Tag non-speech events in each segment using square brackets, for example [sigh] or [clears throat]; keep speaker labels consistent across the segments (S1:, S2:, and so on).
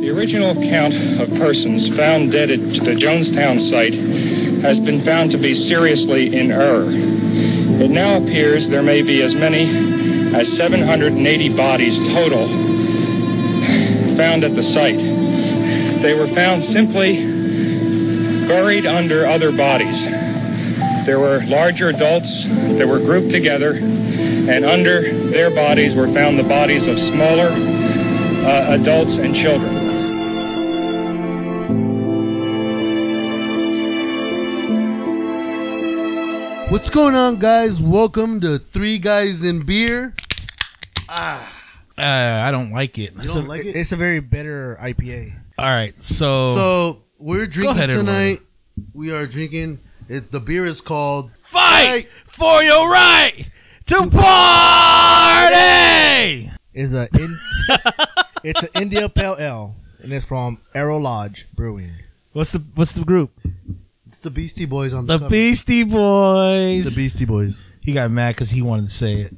S1: The original count of persons found dead at the Jonestown site has been found to be seriously in error. It now appears there may be as many as 780 bodies total found at the site. They were found simply buried under other bodies. There were larger adults that were grouped together, and under their bodies were found the bodies of smaller uh, adults and children.
S2: What's going on, guys? Welcome to Three Guys in Beer.
S3: Uh, I don't like it.
S2: You don't like it?
S4: It's a very bitter IPA.
S3: All right, so,
S2: So we're drinking
S3: Oh. ahead, everyone.
S2: tonight. We are drinking. It, the beer is called
S3: fight for your right to party.
S4: It's a in, [laughs] it's an India Pale Ale, and it's from Arrow Lodge Brewing.
S3: What's the What's the group?
S2: it's the Beastie Boys on the,
S3: The
S2: cover.
S3: Beastie Boys.
S2: The Beastie Boys.
S3: he got mad because he wanted to say it.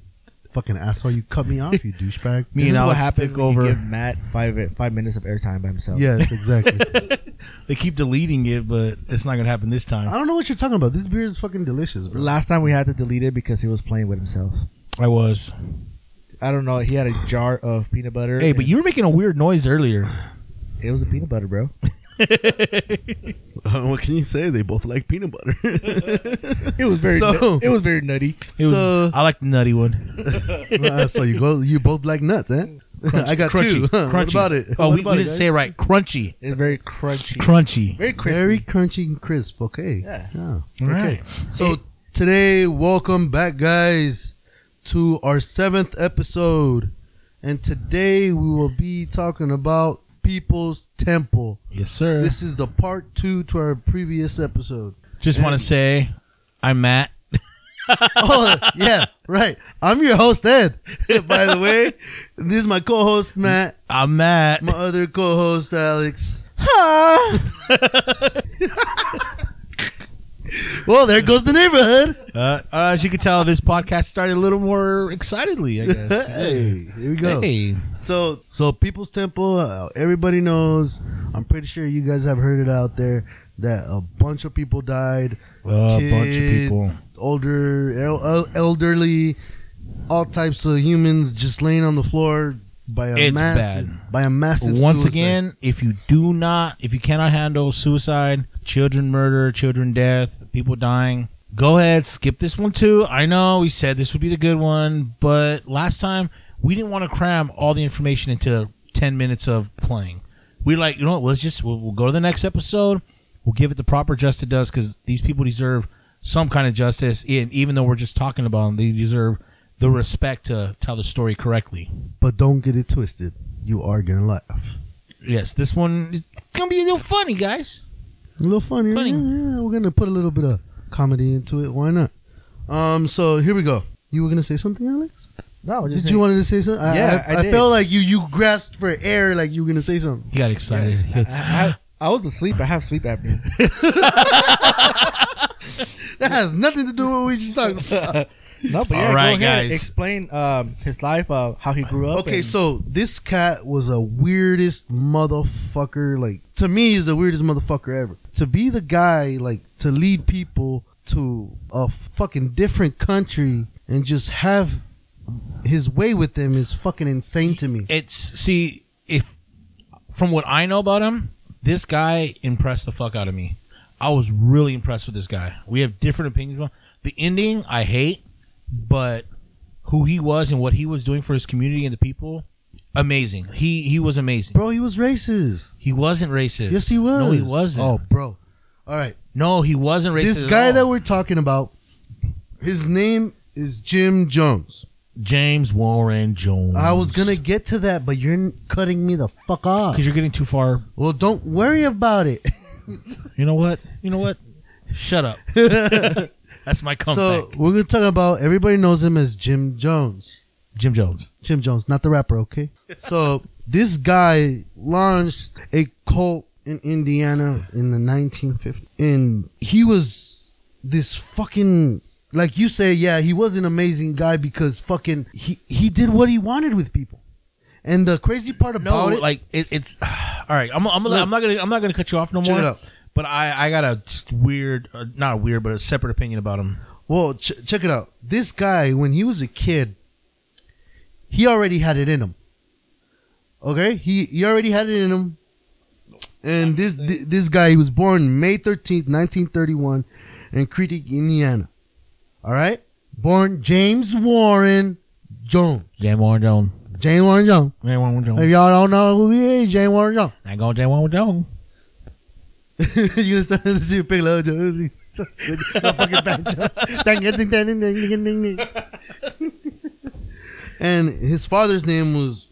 S2: Fucking asshole! You cut me off, you douchebag.
S3: Me
S4: This
S3: and
S4: is what
S3: Alex
S4: happened
S3: took
S4: when
S3: over.
S4: You give Matt five five minutes of airtime by himself.
S2: Yes, exactly.
S3: They keep deleting it, but it's not gonna happen this
S2: [laughs] I
S3: time.
S2: don't know what you're talking about. This beer is fucking delicious, bro.
S4: Last time we had to delete it because he was playing with himself.
S3: I was.
S4: I don't know. He had a jar of peanut butter.
S3: Hey, but
S4: and-
S3: you were making a weird noise earlier.
S4: it was a peanut butter, bro.
S5: [laughs] what can you say? They both like peanut butter. [laughs]
S4: It was very.
S2: So-
S4: nut- it was very [laughs] nutty.
S3: It was.
S2: So-
S3: I like the nutty one.
S2: Uh, so you go. You both like nuts, eh? [laughs] I got
S3: [laughs] crunchy,
S2: two. Huh,
S3: Crunchy.
S2: What about it?
S3: Oh,
S2: What
S3: we,
S2: about
S3: we
S2: it,
S3: didn't
S2: guys?
S3: say it right. Crunchy.
S4: It's very crunchy.
S3: Crunchy.
S4: very crispy.
S2: Very crunchy and crisp. Okay.
S4: Yeah.
S2: Okay.
S3: right.
S2: So today, welcome back, guys, to our seventh episode, and today we will be talking about People's Temple.
S3: Yes, sir.
S2: This is the part two to our previous episode.
S3: Just want to say, I'm Matt.
S2: [laughs] Oh yeah, right. I'm your host Ed, [laughs] by the way. This is my co-host Matt.
S3: I'm Matt.
S2: My other co-host Alex. well, there goes the neighborhood.
S3: Uh, uh, as you can tell, this podcast started a little more excitedly, I
S2: [laughs]
S3: guess.
S2: Hey, here we go.
S3: hey,
S2: So, so People's Temple, uh, everybody knows. I'm pretty sure you guys have heard it out there that a bunch of people died.
S3: a bunch of people.
S2: Kids, older, el- el- elderly, all types of humans just laying on the floor by a
S3: It's
S2: massive, by a massive.
S3: Once
S2: suicide.
S3: again, if you do not, if you cannot handle suicide, children murder, children death, people dying, go ahead, skip this one too. I know we said this would be the good one, but last time we didn't want to cram all the information into 10 minutes of playing. We like, you know what, let's just, we'll, we'll go to the next episode. We'll give it the proper justice it does because these people deserve some kind of justice. And even though we're just talking about them, they deserve the respect to tell the story correctly.
S2: but don't get it twisted. You are gonna laugh.
S3: Yes, this one it's gonna be a little funny, guys.
S2: A little funny.
S3: Funny.
S2: Yeah, yeah, we're gonna put a little bit of comedy into it. Why not? Um. So here we go. You were gonna say something, Alex?
S4: No,
S2: Did you wanted to say something? I-
S4: Yeah,
S2: I,
S4: I did.
S2: felt like you you grasped for air, like you were gonna say something.
S3: He got excited.
S4: I, I, I was asleep. I have
S2: [laughs]
S4: sleep apnea.
S2: [laughs] That has nothing to do with what we just talked about.
S4: No, but yeah,
S3: All right,
S4: go ahead.
S3: guys.
S4: Explain um, his life, uh, how he grew up.
S2: Okay,
S4: and-
S2: so this cat was a weirdest motherfucker. Like to me, is the weirdest motherfucker ever. To be the guy, like to lead people to a fucking different country and just have his way with them is fucking insane to me.
S3: It's see if from what I know about him, this guy impressed the fuck out of me. I was really impressed with this guy. We have different opinions. about The ending I hate, but who he was and what he was doing for his community and the people, amazing. He he was amazing.
S2: Bro, he was racist.
S3: He wasn't racist.
S2: Yes, he was.
S3: No, he wasn't.
S2: Oh, bro. All right.
S3: No, he wasn't racist.
S2: This
S3: at
S2: guy
S3: all.
S2: that we're talking about, his name is Jim Jones.
S3: James Warren Jones.
S2: I was gonna get to that, but you're cutting me the fuck off.
S3: because you're getting too far
S2: Well, don't worry about it. [laughs]
S3: You know what? You know what? Shut up. That's my
S2: so
S3: comeback.
S2: we're gonna talk about everybody knows him as Jim Jones.
S3: Jim Jones.
S2: Jim Jones, not the rapper, okay? so this guy launched a cult in Indiana in the 1950s, and he was this fucking like you say, yeah, he was an amazing guy because fucking he he did what he wanted with people. And the crazy part
S3: No,
S2: about it,
S3: like it, it's. [sighs] I All right, I'm, I'm, gonna-
S2: Look.
S3: I'm not gonna I'm not gonna cut you off no
S2: Check
S3: more.
S2: it out.
S3: But I I got a weird, uh, not weird, but a separate opinion about him.
S2: Well, ch- check it out. This guy, when he was a kid, he already had it in him. Okay, he he already had it in him. And this thi- this guy, he was born May thirteenth, nineteen thirty one, in Creedy, Indiana. All right, born James Warren Jones.
S3: Jay Warren Jones.
S2: James Warren Jones.
S3: Jay Warren
S2: If
S3: Jones.
S2: y'all don't know who he is, James Warren Jones.
S3: I go Jay Warren Jones.
S2: [laughs] you gonna start to see [laughs] a big low Josie. So good. No fucking banjo. [laughs] Dang, ding, ding, ding, ding, ding, ding, ding. [laughs] and his father's name was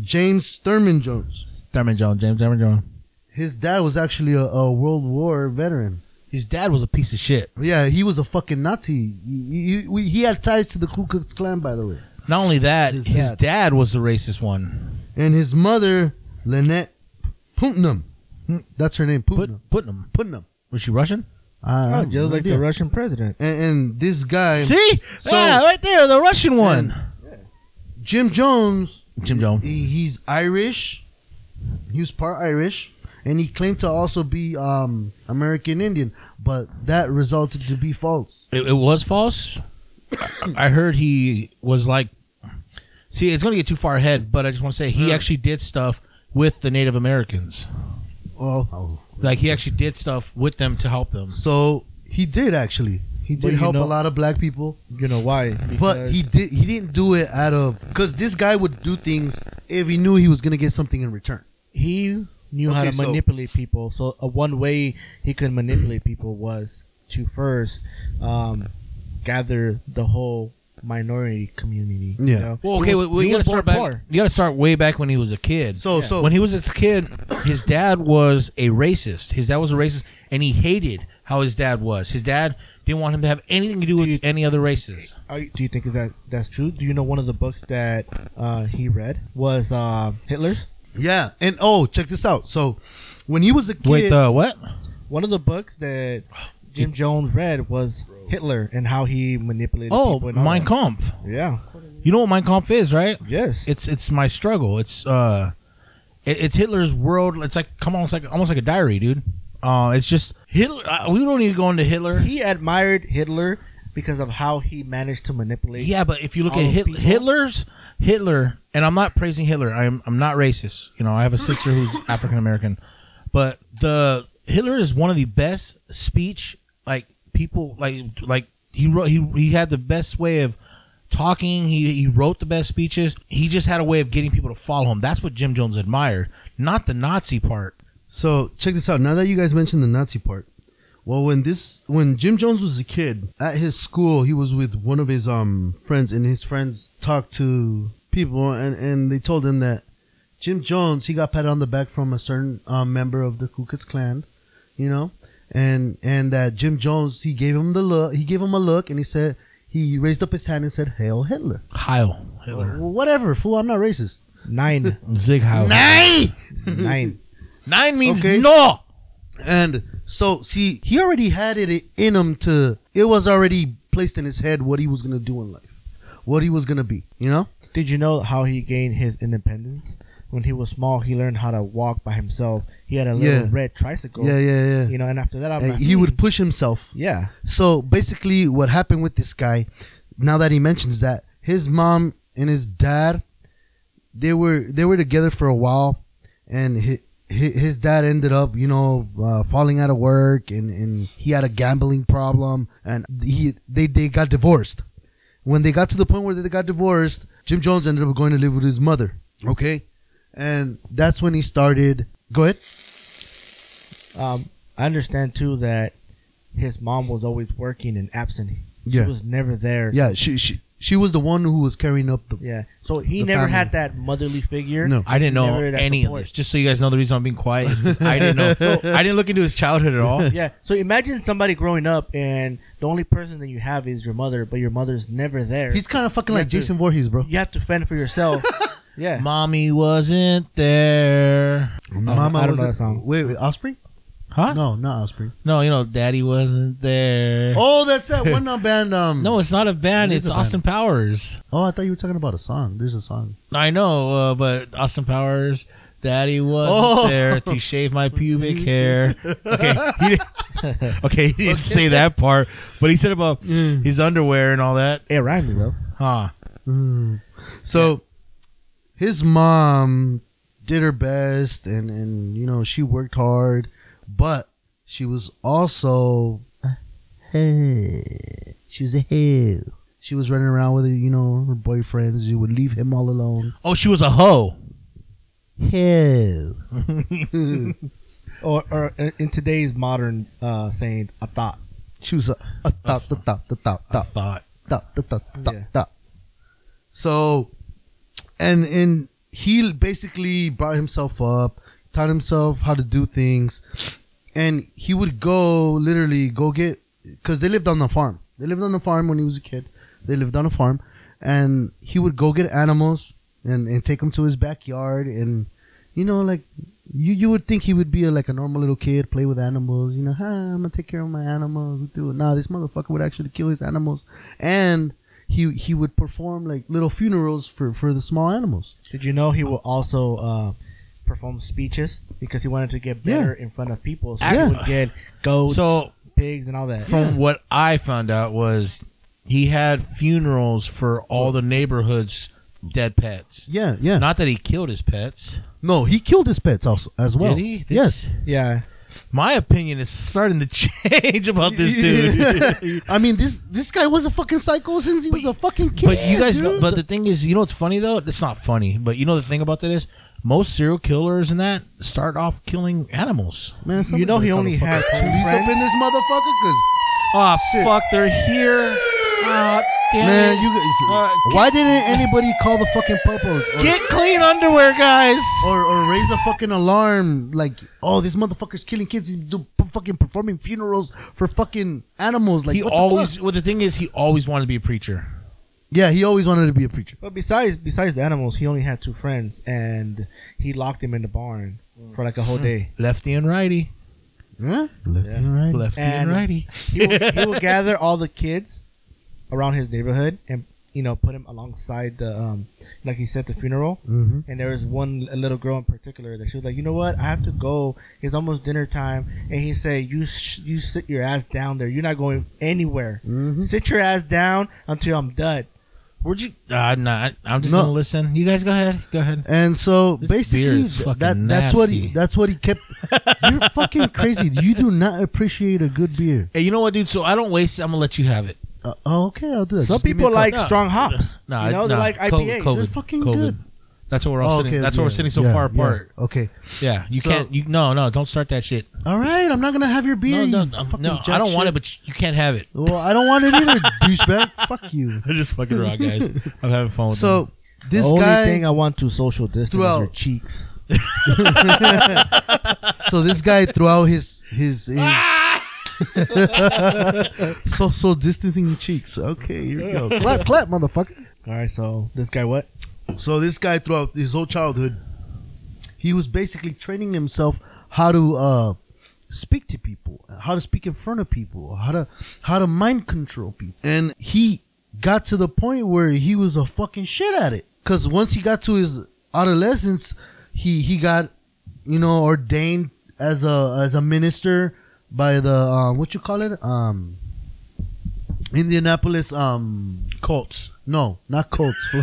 S2: James Thurman Jones.
S3: Thurman Jones. James Thurman Jones.
S2: His dad was actually a, a World War veteran.
S3: His dad was a piece of shit.
S2: Yeah, he was a fucking Nazi. He, he, we- he had ties to the Ku Klux Klan, by the way.
S3: Not only that,
S2: His
S3: his,
S2: dad.
S3: dad. was the racist one.
S2: And his mother, Lynette Putnam.
S4: Hmm.
S2: That's her name,
S3: Put
S2: Putnam.
S3: Putnam.
S2: Putnam.
S3: Was she Russian?
S2: I- I
S4: Oh,
S2: have
S4: just
S2: no
S4: like
S2: idea.
S4: the Russian president.
S2: And, and this guy,
S3: See,
S2: So-
S3: yeah, right there, the Russian one.
S2: Jim Jones,
S3: Jim Jones.
S2: he, he's Irish. He was part Irish, and he claimed to also be um, American Indian, but that resulted to be false.
S3: It, it was false. I- I heard he was like. See, it's gonna get too far ahead, but I just want to say he actually did stuff with the Native Americans.
S2: Well, oh.
S3: Like he actually did stuff with them to help them.
S2: so he did actually. He did
S4: Well, you
S2: help
S4: know-
S2: a lot of black people,
S4: You know why?
S2: but he did he didn't do it out of because this guy would do things if he knew he was gonna get something in return.
S4: he knew how
S2: Okay,
S4: to
S2: so-
S4: manipulate people. So uh, one way he could manipulate people was to first um, gather the whole minority community.
S2: Yeah.
S4: You know?
S3: Well, okay,
S4: He
S3: we,
S4: was-
S3: we
S4: he
S3: gotta
S4: was
S3: start
S4: born
S3: back.
S4: poor.
S3: You gotta start way back when he was a kid.
S2: So so
S3: when he was a kid, his dad was a racist. His dad was a racist, and he hated how his dad was. His dad didn't want him to have anything to do with
S4: You-
S3: any other races.
S4: Are you- Do you think is that that's true? Do you know one of the books that uh, he read was uh, Hitler's?
S2: yeah, and oh, check this out. So when he was a kid,
S3: uh, what?
S4: One of the books that Jim Jones read was Hitler and how he manipulated.
S3: Oh,
S4: people and all
S3: Mein
S4: that.
S3: Kampf.
S4: Yeah.
S3: You know what Mein Kampf is, right?
S4: Yes.
S3: It's it's my struggle. It's uh, it, it's Hitler's world. It's like come on, it's like almost like a diary, dude. Uh, it's just Hitler. Uh, we don't need to go into Hitler.
S4: he admired Hitler because of how he managed to manipulate.
S3: Yeah, but if you look
S4: all
S3: at
S4: those
S3: Hit-
S4: people?
S3: Hitler's Hitler, and I'm not praising Hitler. I'm I'm not racist. You know, I have a sister
S4: [laughs]
S3: who's African American, but the Hitler is one of the best speech like people like like he wrote he he had the best way of talking. He he wrote the best speeches. He just had a way of getting people to follow him. That's what Jim Jones admired, not the Nazi part.
S2: So check this out. Now that you guys mentioned the Nazi part, well, when this when Jim Jones was a kid at his school, he was with one of his um friends, and his friends talked to people, and and they told him that Jim Jones he got patted on the back from a certain um, member of the Ku Klux Klan, you know, and and that Jim Jones he gave him the look, he gave him a look, and he said he raised up his hand and said Hail Hitler,
S3: Heil Hitler,
S2: Well, whatever, fool, I'm not racist.
S4: Nine.
S3: Zig Heil.
S2: Nine.
S3: Mm-hmm.
S4: Nine.
S3: Nine means
S2: Okay.
S3: no.
S2: And so, see, he already had it in him to, it was already placed in his head what he was going to do in life, what he was going to be, you know?
S4: Did you know how he gained his independence? When he was small, he learned how to walk by himself. He had a little
S2: Yeah.
S4: red tricycle.
S2: Yeah, yeah, yeah.
S4: You know, and after that, I'm
S2: And
S4: like,
S2: he
S4: hmm,
S2: would push himself.
S4: Yeah.
S2: So basically, what happened with this guy, now that he mentions that, his mom and his dad, they were they were together for a while, and his, his dad ended up, you know, uh, falling out of work, and, and he had a gambling problem, and he they they got divorced. When they got to the point where they got divorced, Jim Jones ended up going to live with his mother. Okay, and that's when he started. Go ahead.
S4: Um, I understand too that his mom was always working and absent.
S2: Yeah.
S4: She was never there.
S2: Yeah, she she she was the one who was carrying up the
S4: Yeah. So he
S2: The
S4: never
S2: family.
S4: had that motherly figure.
S2: No.
S3: I didn't know
S4: Never that
S3: any
S4: support.
S3: of this. Just so you guys know, the reason I'm being quiet is 'cause I didn't know. I didn't look into his childhood at
S4: [laughs]
S3: all.
S4: Yeah. So imagine somebody growing up and the only person that you have is your mother, but your mother's never there.
S2: He's kind of fucking
S4: You
S2: like
S4: have to-
S2: Jason Voorhees, bro.
S4: you have to fend
S2: [laughs]
S4: for yourself. yeah.
S3: Mommy wasn't there.
S2: Mama
S4: I don't
S2: was
S4: know
S2: it-
S4: that song.
S2: Wait, wait, Osprey?
S3: Huh? No.
S2: No, not Osprey.
S3: you know, Daddy wasn't there.
S2: Oh, that's that [laughs] one uh, band. Um,
S3: No, it's not a band.
S2: It
S3: It's
S2: is a band.
S3: Austin Powers.
S2: Oh, I thought you were talking about a song. There's a song.
S3: I know, uh, but Austin Powers. Daddy wasn't
S2: Oh.
S3: there to shave my pubic hair. Okay, he didn't, [laughs] okay, he didn't say that part, but he said about his underwear and all that.
S4: It rhymes though.
S3: Huh.
S2: So his mom did her best and and you know she worked hard, but she was also she was a hoe. She was running around with her, you know, her boyfriends. She would leave him all alone.
S3: Oh, she was a hoe.
S2: Hoe.
S4: Or, or uh, in- in today's modern uh, saying, a thought.
S2: She was a, a thought, the thought, the thought, thought.
S3: Thought.
S2: Dup, dup, dup, dup,
S4: Yeah.
S2: dup. So, and and he basically brought himself up, taught himself how to do things, and he would go literally go get because they lived on the farm. They lived on the farm when he was a kid. They lived on a farm, and he would go get animals and and take them to his backyard and you know like. You, you would think he would be a, like a normal little kid, play with animals, you know, "Hi, I'm gonna take care of my animals. Do it. Nah, this motherfucker would actually kill his animals and he he would perform like little funerals for for the small animals.
S4: Did you know he will also uh, perform speeches because he wanted to get better in front of people? So
S3: Yeah.
S4: he would get goats,
S3: So
S4: pigs, and all that.
S3: from what I found out was he had funerals for all the neighborhood's dead pets.
S2: Yeah, yeah.
S3: Not that he killed his pets.
S2: no, he killed his pets also as well.
S3: Did he? This-
S2: yes.
S4: yeah.
S3: My opinion is starting to [laughs] change about this
S2: [laughs]
S3: dude.
S2: I mean this this guy was a fucking psycho since he was a fucking kid.
S3: But you guys, know,
S2: dude.
S3: but the thing is, you know what's funny though? It's not funny, but you know the thing about that is most serial killers and that start off killing animals.
S2: man,
S4: You know
S2: somebody
S4: he only
S2: called
S4: had
S2: the
S4: two
S2: fucking police up
S4: friends.
S2: in this motherfucker because
S3: Oh
S2: Shit.
S3: fuck, they're here. Ah, damn
S2: man,
S3: it.
S2: you guys,
S3: Uh,
S2: why didn't anybody call the fucking popos or,
S3: get clean underwear, guys.
S2: or or raise a fucking alarm like oh this motherfucker's killing kids he's do, fucking performing funerals for fucking animals like
S3: he
S2: what the
S3: always.
S2: fuck?
S3: well, the thing is, he always wanted to be a preacher.
S2: yeah he always wanted to be a preacher.
S4: But besides besides the animals, he only had two friends, and he locked them in the barn for like a
S3: Hmm.
S4: whole day.
S3: Lefty and righty.
S2: Yeah.
S3: Lefty and,
S4: And-
S3: righty.
S4: He would, he would gather all the kids around his neighborhood and you know put him alongside the um, like he said the funeral.
S2: Mm-hmm.
S4: And there was one a little girl in particular that she was like, you know what, I have to go. It's almost dinner time, and he said, you sh- you sit your ass down there. You're not going anywhere.
S2: Mm-hmm.
S4: Sit your ass down until I'm done.
S3: Where'd you? Uh, not. I'm just
S2: No.
S3: gonna listen. You guys go ahead. Go ahead.
S2: And so
S3: This beer
S2: basically,
S3: is
S2: th-
S3: fucking
S2: that that's what he
S3: nasty.
S2: that's what he kept.
S3: [laughs]
S2: You're fucking crazy. You do not appreciate a good beer.
S3: Hey, you know what, dude? So I don't waste. it. I'm gonna let you have it.
S2: Uh, oh, okay, I'll do that.
S4: Some
S2: Just give me
S4: people
S2: a cup.
S4: like
S3: No.
S2: [laughs]
S4: strong hops.
S3: No,
S4: you know
S3: no.
S4: they're like
S3: COVID,
S4: IPA.
S3: COVID,
S2: They're fucking
S3: COVID.
S2: good.
S3: That's what we're all
S2: Oh,
S3: sitting.
S2: okay,
S3: That's why
S2: yeah,
S3: we're sitting so
S2: yeah,
S3: far
S2: yeah,
S3: apart.
S2: okay,
S3: Yeah, you
S2: So-
S3: can't. You no, no, don't start that shit.
S2: all right. I'm not gonna have your beer.
S3: No, no,
S2: you
S3: no,
S2: fucking
S3: no, I
S2: jack
S3: don't want it,
S2: shit.
S3: but you you can't have it.
S2: Well, I don't want it
S3: [laughs]
S2: either, douchebag. Fuck you.
S3: I'm just fucking
S2: [laughs]
S3: wrong, guys. I'm having fun with
S2: So
S4: The
S2: this
S4: only
S2: guy.
S4: thing I want to social distance is your
S2: throughout-
S4: cheeks.
S2: so this guy throughout his his. his [laughs] social distancing your cheeks. Okay, here we go. Clap, clap, motherfucker.
S4: All right, so this guy what?
S2: So this guy throughout his whole childhood, he was basically training himself how to uh, speak to people, how to speak in front of people, how to how to mind control people, and he got to the point where he was a fucking shit at it. Cause once he got to his adolescence, he he got you know ordained as a as a minister by the um, what you call it um Indianapolis um
S3: Colts.
S2: no, not Colts.
S3: [laughs]
S2: Fl-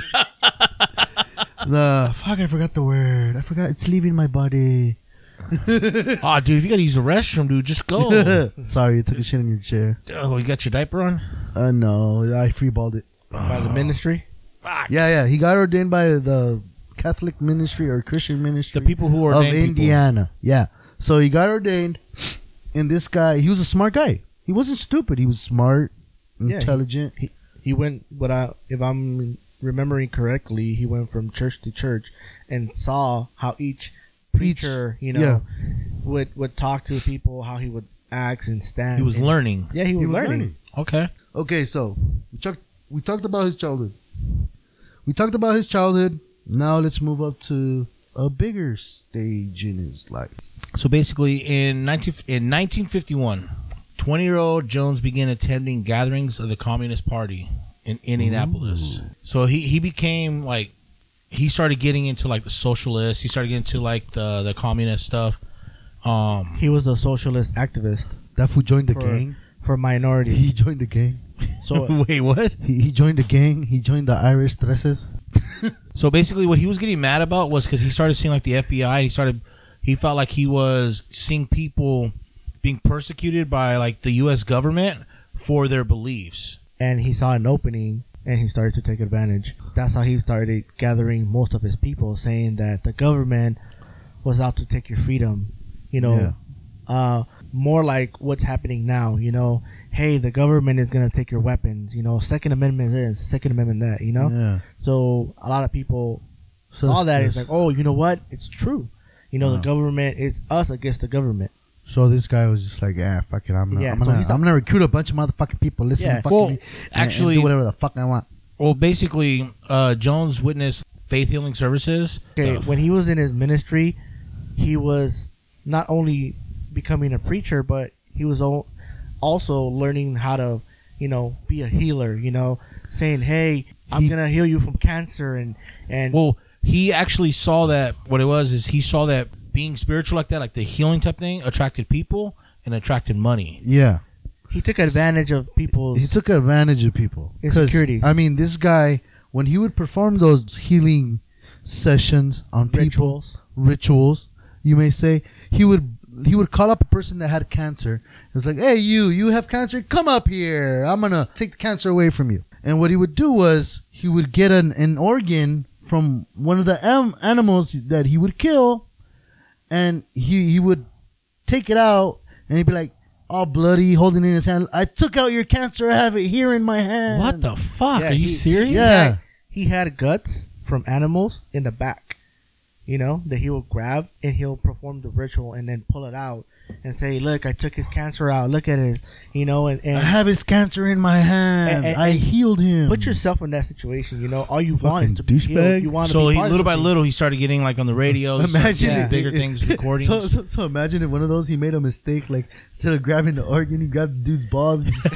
S2: the fuck, I forgot the word. I forgot. It's leaving my body.
S3: Ah, dude, if you gotta use a restroom, dude, just
S2: [laughs]
S3: go.
S2: Sorry, you took a shit in your chair.
S3: oh, you got your diaper on?
S2: Uh, no, I freeballed it.
S4: By the ministry.
S2: Yeah, yeah. He got ordained by the Catholic ministry or Christian ministry
S3: The people who are
S2: of Indiana. Yeah. So he got ordained, and this guy, he was a smart guy. He wasn't stupid. He was smart,
S4: he-
S2: intelligent.
S4: He went what I if I'm remembering correctly, he went from church to church and saw how each preacher, you know,
S2: yeah.
S4: would would talk to people, how he would act and stand.
S3: He was
S4: and,
S3: learning.
S4: Yeah, he was,
S2: was
S4: learning.
S2: learning.
S3: Okay.
S2: Okay, so we talked we talked about his childhood. We talked about his childhood. Now let's move up to a bigger stage in his life.
S3: So basically, in 19, in 1951, 20 year old Jones began attending gatherings of the Communist Party in Indianapolis. So he, he became like he started getting into like the socialists. He started getting into like the the communist stuff. Um,
S4: He was a socialist activist
S2: That fool joined the
S4: For-
S2: gang.
S4: for minorities.
S2: He joined the gang.
S4: So
S3: wait, what?
S2: He, he joined the gang. He joined the Irish Dresses.
S3: So basically, what he was getting mad about was because he started seeing like the FBI. He started, he felt like he was seeing people being persecuted by like the U.S. government for their beliefs.
S4: and he saw an opening and he started to take advantage. That's how he started gathering most of his people, saying that the government was out to take your freedom. You know,
S2: Yeah.
S4: uh, more like what's happening now. You know, hey, the government is gonna take your weapons. You know, Second Amendment this, Second Amendment that. You know,
S2: Yeah.
S4: so a lot of people
S2: So
S4: saw that.
S2: this-
S4: It's like, oh, you know what? It's true. You know, the government is us against the government.
S2: So this guy was just like, "Yeah, fuck it. I'm gonna,
S4: Yeah,
S2: I'm,
S4: so
S2: gonna
S4: he's not-
S2: I'm gonna recruit a bunch of motherfucking people. Listen,
S4: Yeah.
S2: to fucking
S3: Well,
S2: me, and- and
S3: actually-
S2: do whatever the fuck I want."
S3: Well, basically, uh, Jones witnessed faith healing services. Uh,
S4: Okay,
S3: Stuff.
S4: when he was in his ministry, he was not only becoming a preacher, but he was al- also learning how to, you know, be a healer. You know, saying, "Hey, I'm
S3: He-
S4: gonna heal you from cancer," and and
S3: Well, he actually saw that what it was is he saw that being spiritual like that, like the healing type thing, attracted people and attracted money.
S2: Yeah,
S4: he took advantage of people's
S2: he took advantage of people. 'Cause,
S4: Insecurity.
S2: I mean, this guy when he would perform those healing sessions on people,
S4: rituals.
S2: rituals, you may say, he would he would call up a person that had cancer. It was like, "Hey, you, you have cancer. Come up here. I'm gonna take the cancer away from you." And what he would do was he would get an, an organ from one of the am- animals that he would kill, and he he would take it out, and he'd be like. All bloody, holding it in his hand. I took out your cancer. I have it here in my hand.
S3: What the fuck?
S4: Yeah,
S3: Are you
S4: he-
S3: serious?
S2: Yeah,
S4: He had guts from animals in the back, you know, that he will grab and he'll perform the ritual and then pull it out and say, "Look, I took his cancer out. Look at it," you know, and,
S2: I
S4: and
S3: Uh-huh.
S2: have his cancer in my hand.
S4: And- and-
S2: I healed him.
S4: Put yourself in that situation. You know, all you want is
S2: Mm. Fucking
S4: to be healed.
S2: douchebag.
S4: You want to
S3: So
S4: be
S3: he,
S4: part of
S3: little by
S4: something.
S3: little, he started getting like on the radio. he started
S2: Imagine
S3: getting
S2: it-
S3: Oh, bigger
S2: it-
S4: [laughs]
S3: things,
S2: [laughs]
S3: recordings.
S2: So, so, so imagine if one of those he made a mistake, like instead of grabbing the organ, he grabbed the dude's balls. And [laughs]
S3: [laughs]
S2: just,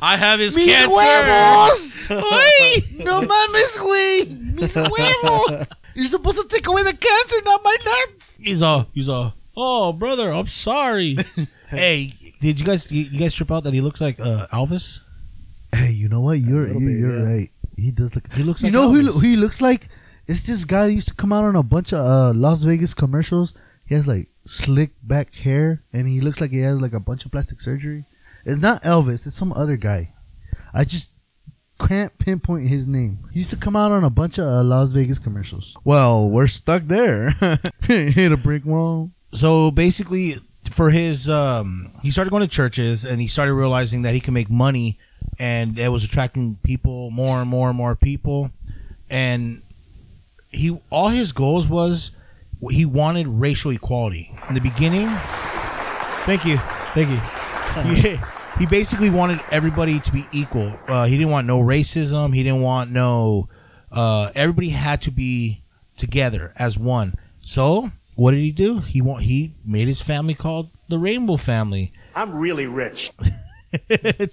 S3: I have his
S2: Mis
S3: [laughs]
S2: huevos!
S3: Oi!
S2: no mames, güey!
S3: [laughs]
S2: Mis huevos! You're supposed to take away the cancer, not my nuts.
S3: He's all, he's all. Oh, brother, I'm
S4: [laughs]
S3: sorry. hey, did you guys you, you guys trip out that he looks like uh, Elvis?
S2: Hey, you know what? You're
S4: little
S2: you,
S4: bit,
S2: you're
S4: yeah.
S2: right. He does look.
S3: He looks.
S2: you
S3: like
S2: know who he,
S3: Elvis.
S2: lo- who he looks like? It's this guy that used to come out on a bunch of uh, Las Vegas commercials. He has like slick back hair, and he looks like he has like a bunch of plastic surgery. It's not Elvis. It's some other guy. I just can't pinpoint his name. He used to come out on a bunch of uh, Las Vegas commercials.
S5: Well, we're stuck
S2: [laughs]
S5: there.
S2: Hit a brick wall.
S3: so basically for his um he started going to churches and he started realizing that he can make money and it was attracting people more and more and more people and he all his goals was he wanted racial equality in the beginning thank you thank you he, he basically wanted everybody to be equal uh, he didn't want no racism he didn't want no uh, everybody had to be together as one so what did he do he want he made his family called the rainbow family
S6: I'm really rich.
S3: [laughs]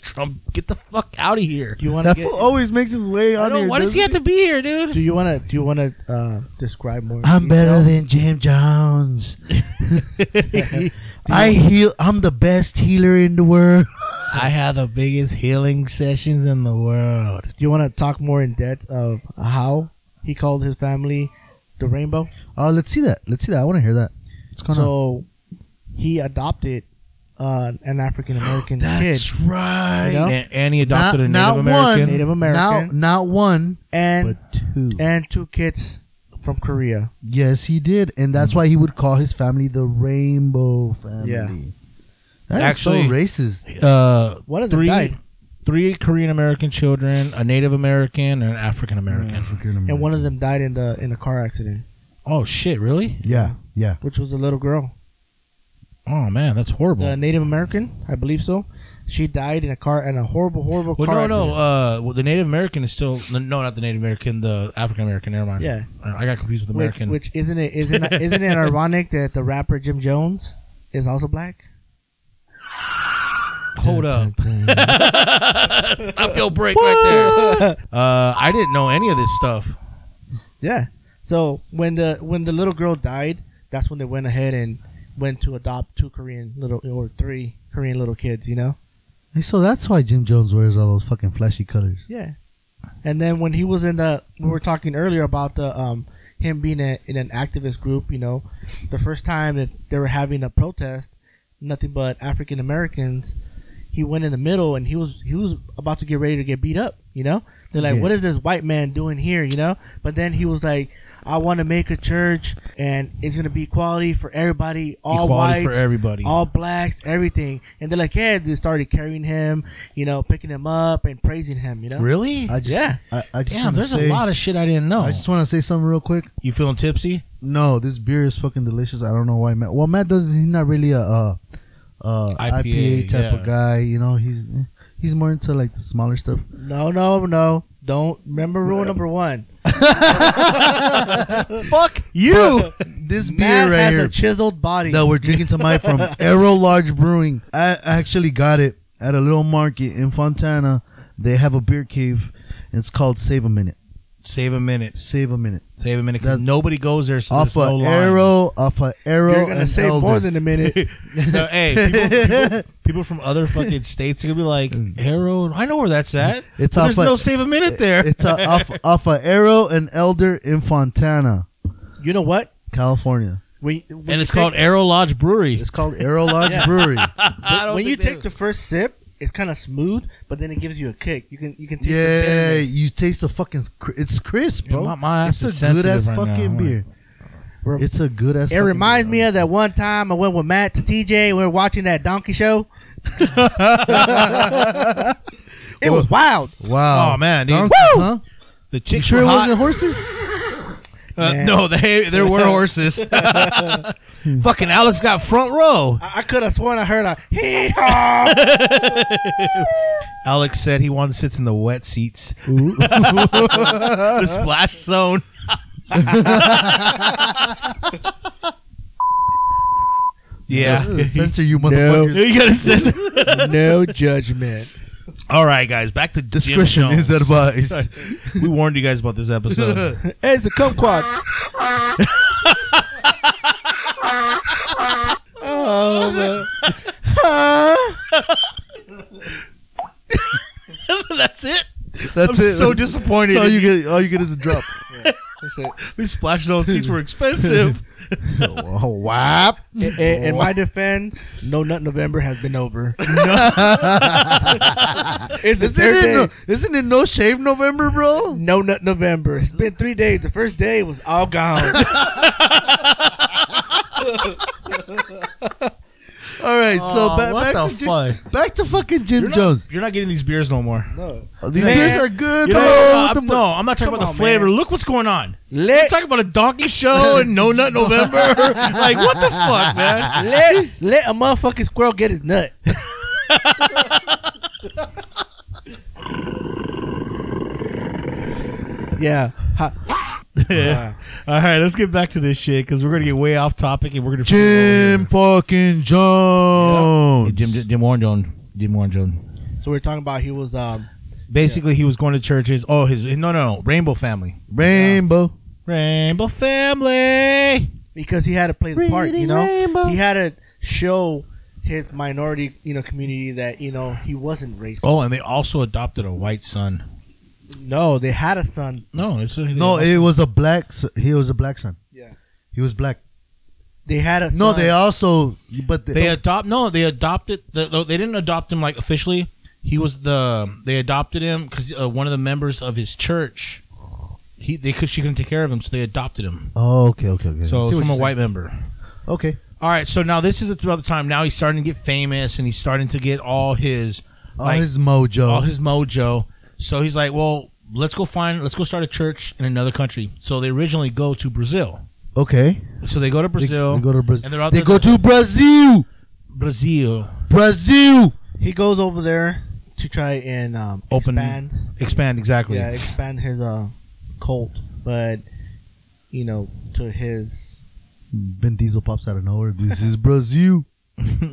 S3: trump get the fuck out of here
S4: Do you want to
S2: That
S4: get?
S2: fool always makes his way
S3: I
S2: on
S3: don't,
S2: here.
S3: why does he have to be here dude
S4: Do you want to? Do you want to uh, describe more?
S2: I'm better
S4: detail?
S2: than Jim Jones. I heal. I'm the best healer in the world. [laughs]
S3: [laughs] i have the biggest healing sessions in the world
S4: Do you want to talk more in depth of how he called his family the rainbow?
S2: Oh, let's see that. Let's see that. I want to hear that. What's going on?
S4: So he adopted uh, an African American kid,
S2: right.
S4: You know?
S3: and, and he adopted a
S2: Not-
S3: native
S2: not one.
S3: american
S4: Native
S2: Now,
S4: American,
S2: not one,
S4: and
S2: but two.
S4: and two kids from Korea.
S2: yes, he did, and
S3: Mm-hmm.
S2: that's why he would call his family the Rainbow Family.
S4: Yeah.
S2: That is
S3: Actually-
S2: so racist.
S3: uh,
S4: One of them
S3: three
S4: died,
S3: three Korean American children, a Native American, and an African American.
S4: and one of them died in the in a car accident,
S3: Oh shit! Really?
S2: Yeah, yeah.
S4: which was a little girl.
S3: Oh man, that's horrible.
S4: the Native American, I believe so. She died in a car in a horrible, horrible
S3: well,
S4: car
S3: no,
S4: accident.
S3: no. Uh, well, the Native American is still no, not the Native American, the African American. Never mind.
S4: Yeah.
S3: I got confused with
S4: Which-
S3: American.
S4: Which, isn't it? Isn't isn't it ironic that the rapper Jim Jones is also black?
S3: Hold
S4: [laughs]
S3: up. Stop your break right there. Uh, I didn't know any of this stuff.
S4: Yeah. So when the when the little girl died, that's when they went ahead and went to adopt two Korean little or three Korean little kids. You know.
S2: Hey, [laughs] So that's why Jim Jones wears all those fucking flashy colors.
S4: Yeah. And then when he was in the, we were talking earlier about the um him being a, in an activist group. You know, the first time that they were having a protest, nothing but African Americans. He went in the middle and he was he was about to get ready to get beat up. You know, they're like,
S2: Yeah.
S4: "What is this white man doing here?" You know. But then he was like. I want to make a church, and it's gonna be equality for everybody, all
S3: Equality for
S4: whites,
S3: everybody.
S4: all blacks, everything. And they're like, yeah, they started carrying him, you know, picking him up and praising him, you know.
S3: Really?
S2: I just,
S4: Yeah.
S2: I, I just
S3: Damn, there's a lot of shit I didn't know.
S2: I just want to say something real quick.
S3: you feeling tipsy?
S2: No, this beer is fucking delicious. I don't know why Matt. Well, Matt does. He's not really a uh, uh, IPA,
S3: IPA,
S2: type
S3: yeah.
S2: of guy. You know, he's he's more into like the smaller stuff.
S4: No, no, no. Don't remember rule number one.
S3: [laughs] Fuck you!
S4: [laughs]
S2: This beer
S4: Matt
S2: right
S4: has
S2: here
S4: a chiseled body.
S2: that we're drinking tonight
S4: [laughs]
S2: from Aero Large Brewing. I actually got it at a little market in Fontana. They have a beer cave. And it's called Save a Minute.
S3: Save a minute.
S2: Save a Minute.
S3: Save a minute because
S2: That's-
S3: nobody goes there. So
S2: off
S3: there's no
S2: a
S3: line.
S2: arrow, off a arrow.
S4: You're gonna
S2: and
S4: say
S2: elder.
S4: more than a
S2: [laughs]
S4: minute.
S3: No, hey, people, people, people from other fucking states are gonna be like arrow. I know where that's at.
S2: It's
S3: But
S2: off
S3: there's
S2: a-
S3: no save a minute there.
S2: It's a, off off a arrow and elder in Fontana,
S4: you know what?
S2: California.
S4: When, when
S3: and
S4: you
S3: it's called
S4: take-
S3: Arrow Lodge Brewery.
S2: It's called Arrow Lodge
S3: [laughs]
S2: Brewery.
S3: I don't
S4: when you
S3: think they-
S4: take the first sip, it's kind of smooth, but then it gives you a kick. You can you can taste the
S2: Yeah,
S4: bitterness.
S2: you taste the fucking. cr- It's crisp,
S3: Yeah,
S2: bro.
S3: my- my ass
S2: it's
S3: is
S2: a good ass
S3: sensitive right now.
S2: fucking
S3: I'm
S2: beer. It's a good ass.
S4: It reminds me of that one time I went with Matt to TJ. We were watching that
S2: [laughs]
S4: donkey show. [laughs] it was wild.
S2: Wow.
S3: Oh, man, dude.
S2: Donkey,
S3: Woo!
S2: huh?
S3: the
S2: You
S3: chicks
S2: sure it
S3: were hot.
S2: wasn't horses?
S3: Uh, no, they there were horses. [laughs] fucking Alex got front row.
S4: I, I could have sworn I heard a hee haw.
S3: Alex said he wanted to sit in the wet seats, [laughs] the splash zone. yeah,
S2: [laughs] Ugh, censor you motherfuckers.
S3: you gotta sit.
S4: [laughs] no judgment.
S3: All right, guys, back to Jim
S2: Discretion is
S3: Jones.
S2: advised.
S3: we warned you guys about this episode.
S4: [laughs] Hey, it's a kumquat.
S3: That's it.
S2: That's
S3: I'm
S2: it.
S3: so
S2: That's
S3: disappointed.
S2: all you get. All you get is a
S3: [laughs]
S2: drop.
S4: That's it.
S3: These splash zone seats were expensive.
S2: oh, wow.
S4: In, in- in my defense, no nut November has been [laughs] over. it's the
S2: Isn't
S4: third
S2: it,
S4: day. No,
S2: no, isn't it no shave November, bro?
S4: nut November. It's been three days. The first day was all [laughs] gone.
S2: All right, so
S3: Aw,
S2: ba-
S3: what
S2: back,
S3: the
S2: to Jim,
S3: fuck?
S2: back to fucking Jim
S3: You're not-
S2: Jones.
S3: you're not getting these beers no more.
S4: no.
S2: These
S3: Man,
S2: beers are good,
S3: You
S2: bro.
S3: know,
S2: What
S3: uh,
S2: the fuck?
S3: no, I'm not talking
S4: Come
S3: about the
S4: on,
S3: flavor.
S4: man.
S3: Look what's going on. We're
S4: [laughs] Let,
S3: talking about a donkey show and no nut November. [laughs] like what the fuck, man?
S4: let, let a motherfucking squirrel get his [laughs] nut. yeah. Ha-
S3: All right, let's get back to this shit because we're gonna get way off topic and we're gonna
S2: Jim fucking Jones.
S3: Hey, Jim Jim Jim Warren Jones. Jim Warren Jones.
S4: so we are talking about he was um
S3: Basically, he was going to churches. Oh, his no, no, no, Rainbow Family.
S2: Rainbow.
S3: Rainbow Family.
S4: because he had to play the part, you
S2: Reading
S4: know.
S2: Rainbow.
S4: He had to show his minority, you know, community that you know he wasn't racist.
S3: Oh, and they also adopted a white son.
S4: No, they had a son.
S3: No, it's
S2: No, it was a black. s- He was a black son.
S4: Yeah.
S2: He was black.
S4: They had a
S2: No,
S4: son.
S2: they also, but they,
S3: They adopt no, they adopted. The, the- they didn't adopt him like officially. He was the they adopted him because uh, one of the members of his church. He they could she couldn't take care of him, so they adopted him.
S2: Oh, okay, okay, okay.
S3: So
S2: See what
S3: from a
S2: you're
S3: white member.
S2: saying. Okay.
S3: All right, so now this is throughout the time. Now he's starting to get famous, and he's starting to get all his
S2: All
S3: Like-
S2: his mojo.
S3: all his mojo. So he's like, well, let's go find, let's go start a church in another country. So they originally go to Brazil.
S2: okay.
S3: So they go to
S2: They,
S3: Brazil.
S2: they go to Brazil.
S3: and they're out
S2: They
S3: there-
S2: go to Brazil.
S3: Brazil.
S2: Brazil.
S4: He goes over there to try and um,
S3: Open-
S4: expand,
S3: Expand exactly.
S4: yeah, expand his uh, cult, but you know, to his
S2: Ben Diesel pops out of nowhere. This is Brazil.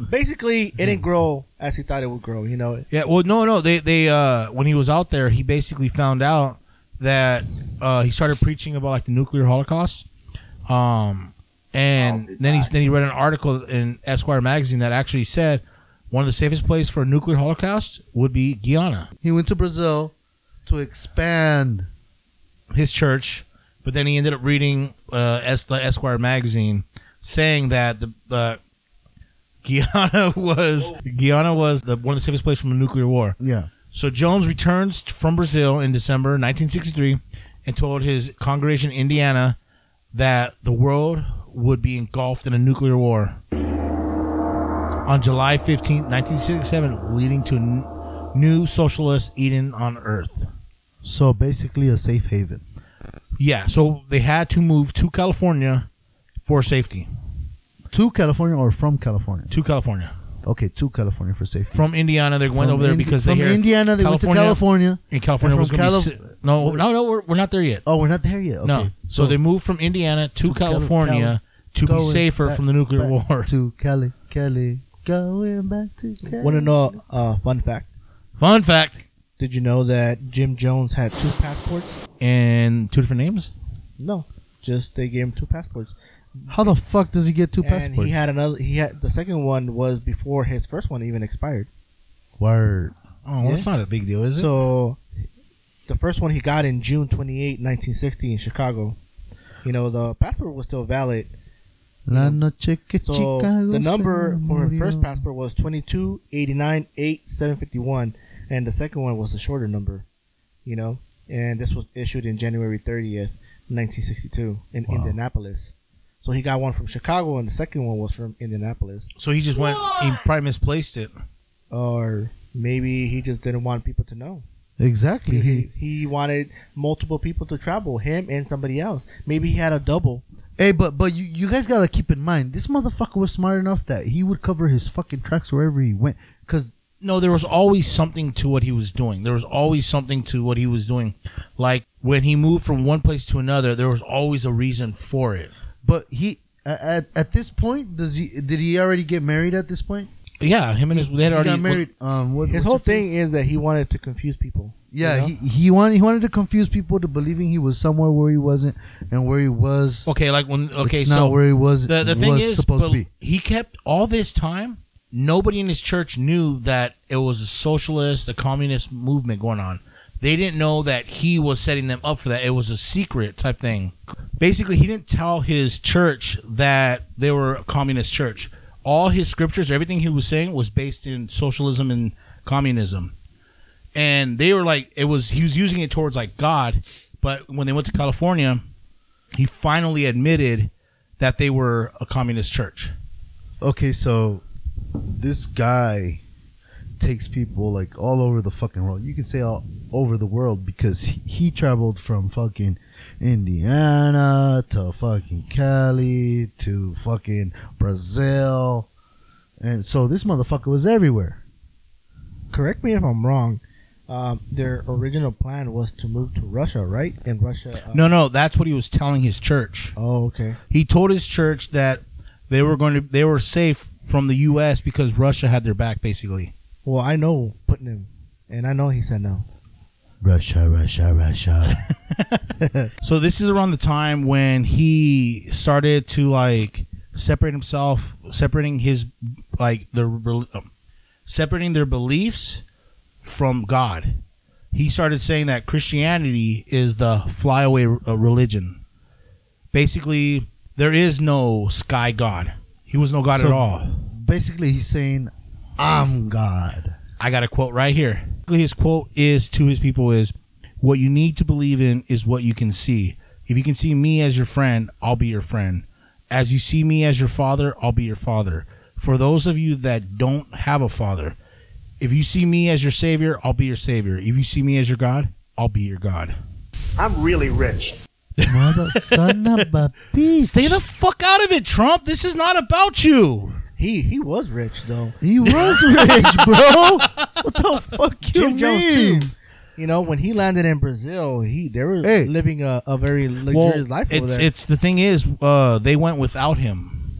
S4: Basically, it didn't grow as he thought it would grow. You know,
S3: Yeah, well, no, no. They, they, uh, when he was out there, he basically found out that uh, he started preaching about like the nuclear holocaust, um, and
S6: Oh,
S3: then he
S6: God.
S3: then he read an article in Esquire magazine that actually said one of the safest places for a nuclear holocaust would be Guyana,
S2: He went to Brazil to expand.
S3: his church. But then he ended up reading uh, Es- the Esquire magazine saying that the uh, [laughs] Guyana was Guyana was the one of the safest places from a nuclear war.
S2: Yeah.
S3: So Jones returns from Brazil in December 1963 and told his congregation in Indiana that the world would be engulfed in a nuclear war. On July 15, 1967, leading to a n- new socialist Eden on Earth.
S2: So basically, a safe haven.
S3: Yeah, so they had to move to California for safety.
S2: To California or from California?
S3: To California.
S2: Okay, to California for safety.
S3: From Indiana, they went
S2: From
S3: over there
S2: Indi-
S3: because they
S2: from
S3: hear
S2: Indiana they went to California.
S3: And California
S2: And
S3: was
S2: from
S3: going to
S2: Calif-
S3: be. si- no, no, no, we're, we're not there yet.
S2: Oh, we're not there yet. Okay.
S3: No. So, they moved from Indiana to,
S2: to Cali-
S3: California to be
S2: going
S3: safer
S2: back-
S3: from the nuclear
S2: back
S3: war. [laughs]
S2: to Cali, Cali, going back to Cali.
S4: want to know a uh, fun fact?
S3: Fun fact.
S4: Did you know that Jim Jones had two passports?
S3: And two different names?
S4: No, just they gave him two passports.
S2: How the fuck does he get two
S4: and
S2: passports?
S4: he had another. He had the second one was before his first one even expired.
S2: Word.
S3: Oh, that's not a big deal, is it?
S4: So the first one he got in June 28, 1960 in Chicago. You know, the passport was still valid.
S2: La noche que
S4: Mm-hmm. So
S2: Chicago
S4: the number
S2: se
S4: for her first
S2: murió.
S4: passport was 22 89 8 751 and the second one was a shorter number, you know. And this was issued in January 30th, 1962 in Indianapolis. So he got one from Chicago and the second one was from Indianapolis.
S3: So he just went, he probably misplaced it.
S4: Or maybe he just didn't want people to know.
S2: Exactly. He,
S4: He, he wanted multiple people to travel, him and somebody else. Maybe he had a double.
S2: hey, but but you, you guys gotta keep in mind this motherfucker was smart enough that he would cover his fucking tracks wherever he went. Cause
S3: No, there was always something to what he was doing. There was always something to what he was doing. Like when he moved from one place to another, there was always a reason for it.
S2: but he a- at at this point does he did he already get married at this point?
S3: Yeah, him and his they had
S2: he
S3: already
S2: got married. um, what,
S4: His
S2: what's
S4: whole
S2: her face?
S4: thing is that he wanted to confuse people.
S2: Yeah,
S4: you know?
S2: he, he wanted he wanted to confuse people to believing he was somewhere where he wasn't and where he was.
S3: Okay, like when okay,
S2: it's
S3: so
S2: not where he was.
S3: the, the thing
S2: was
S3: is,
S2: supposed to
S3: but
S2: be.
S3: he kept all this time. Nobody in his church knew that it was a socialist, a communist movement going on. They didn't know that he was setting them up for that. It was a secret type thing. Basically, he didn't tell his church that they were a communist church. All his scriptures, everything he was saying, was based in socialism and communism. And they were like, it was he was using it towards like God. But when they went to California, he finally admitted that they were a communist church.
S2: Okay, so this guy takes people like all over the fucking world. You can say all over the world because he, he traveled from fucking Indiana to fucking Cali to fucking Brazil. And so this motherfucker was everywhere.
S4: Correct me if I'm wrong. Um, their original plan was to move to Russia, right? And Russia. Uh,
S3: No, no, that's what he was telling his church.
S4: Oh, okay.
S3: He told his church that they were going to they were safe from the U.S. because Russia had their back, basically.
S4: Well, I know Putin, him, and I know he said no.
S2: Russia, Russia, Russia.
S3: So this is around the time when he started to like separate himself, separating his like their rel- um, separating their beliefs from God. He started saying that Christianity is the flyaway uh, religion. Basically, there is no sky god. He was no god at
S2: So-
S3: all.
S2: Basically, he's saying, "I'm God."
S3: I got a quote right here. His quote is to his people is what you need to believe in is what you can see. If you can see me as your friend, I'll be your friend. As you see me as your father, I'll be your father. For those of you that don't have a father, if you see me as your savior, I'll be your savior. If you see me as your God, I'll be your God.
S7: I'm really rich.
S2: Mother son of a beast.
S3: Stay the fuck out of it, Trump. This is not about you.
S4: He he was rich though.
S2: He was rich, [laughs] bro. What the fuck you
S4: Jim Jones
S2: mean?
S4: too. You know when he landed in Brazil, he they were
S2: Hey.
S4: living a, a very luxurious
S3: Well,
S4: life over
S3: it's
S4: there.
S3: it's the thing is, uh, they went without him.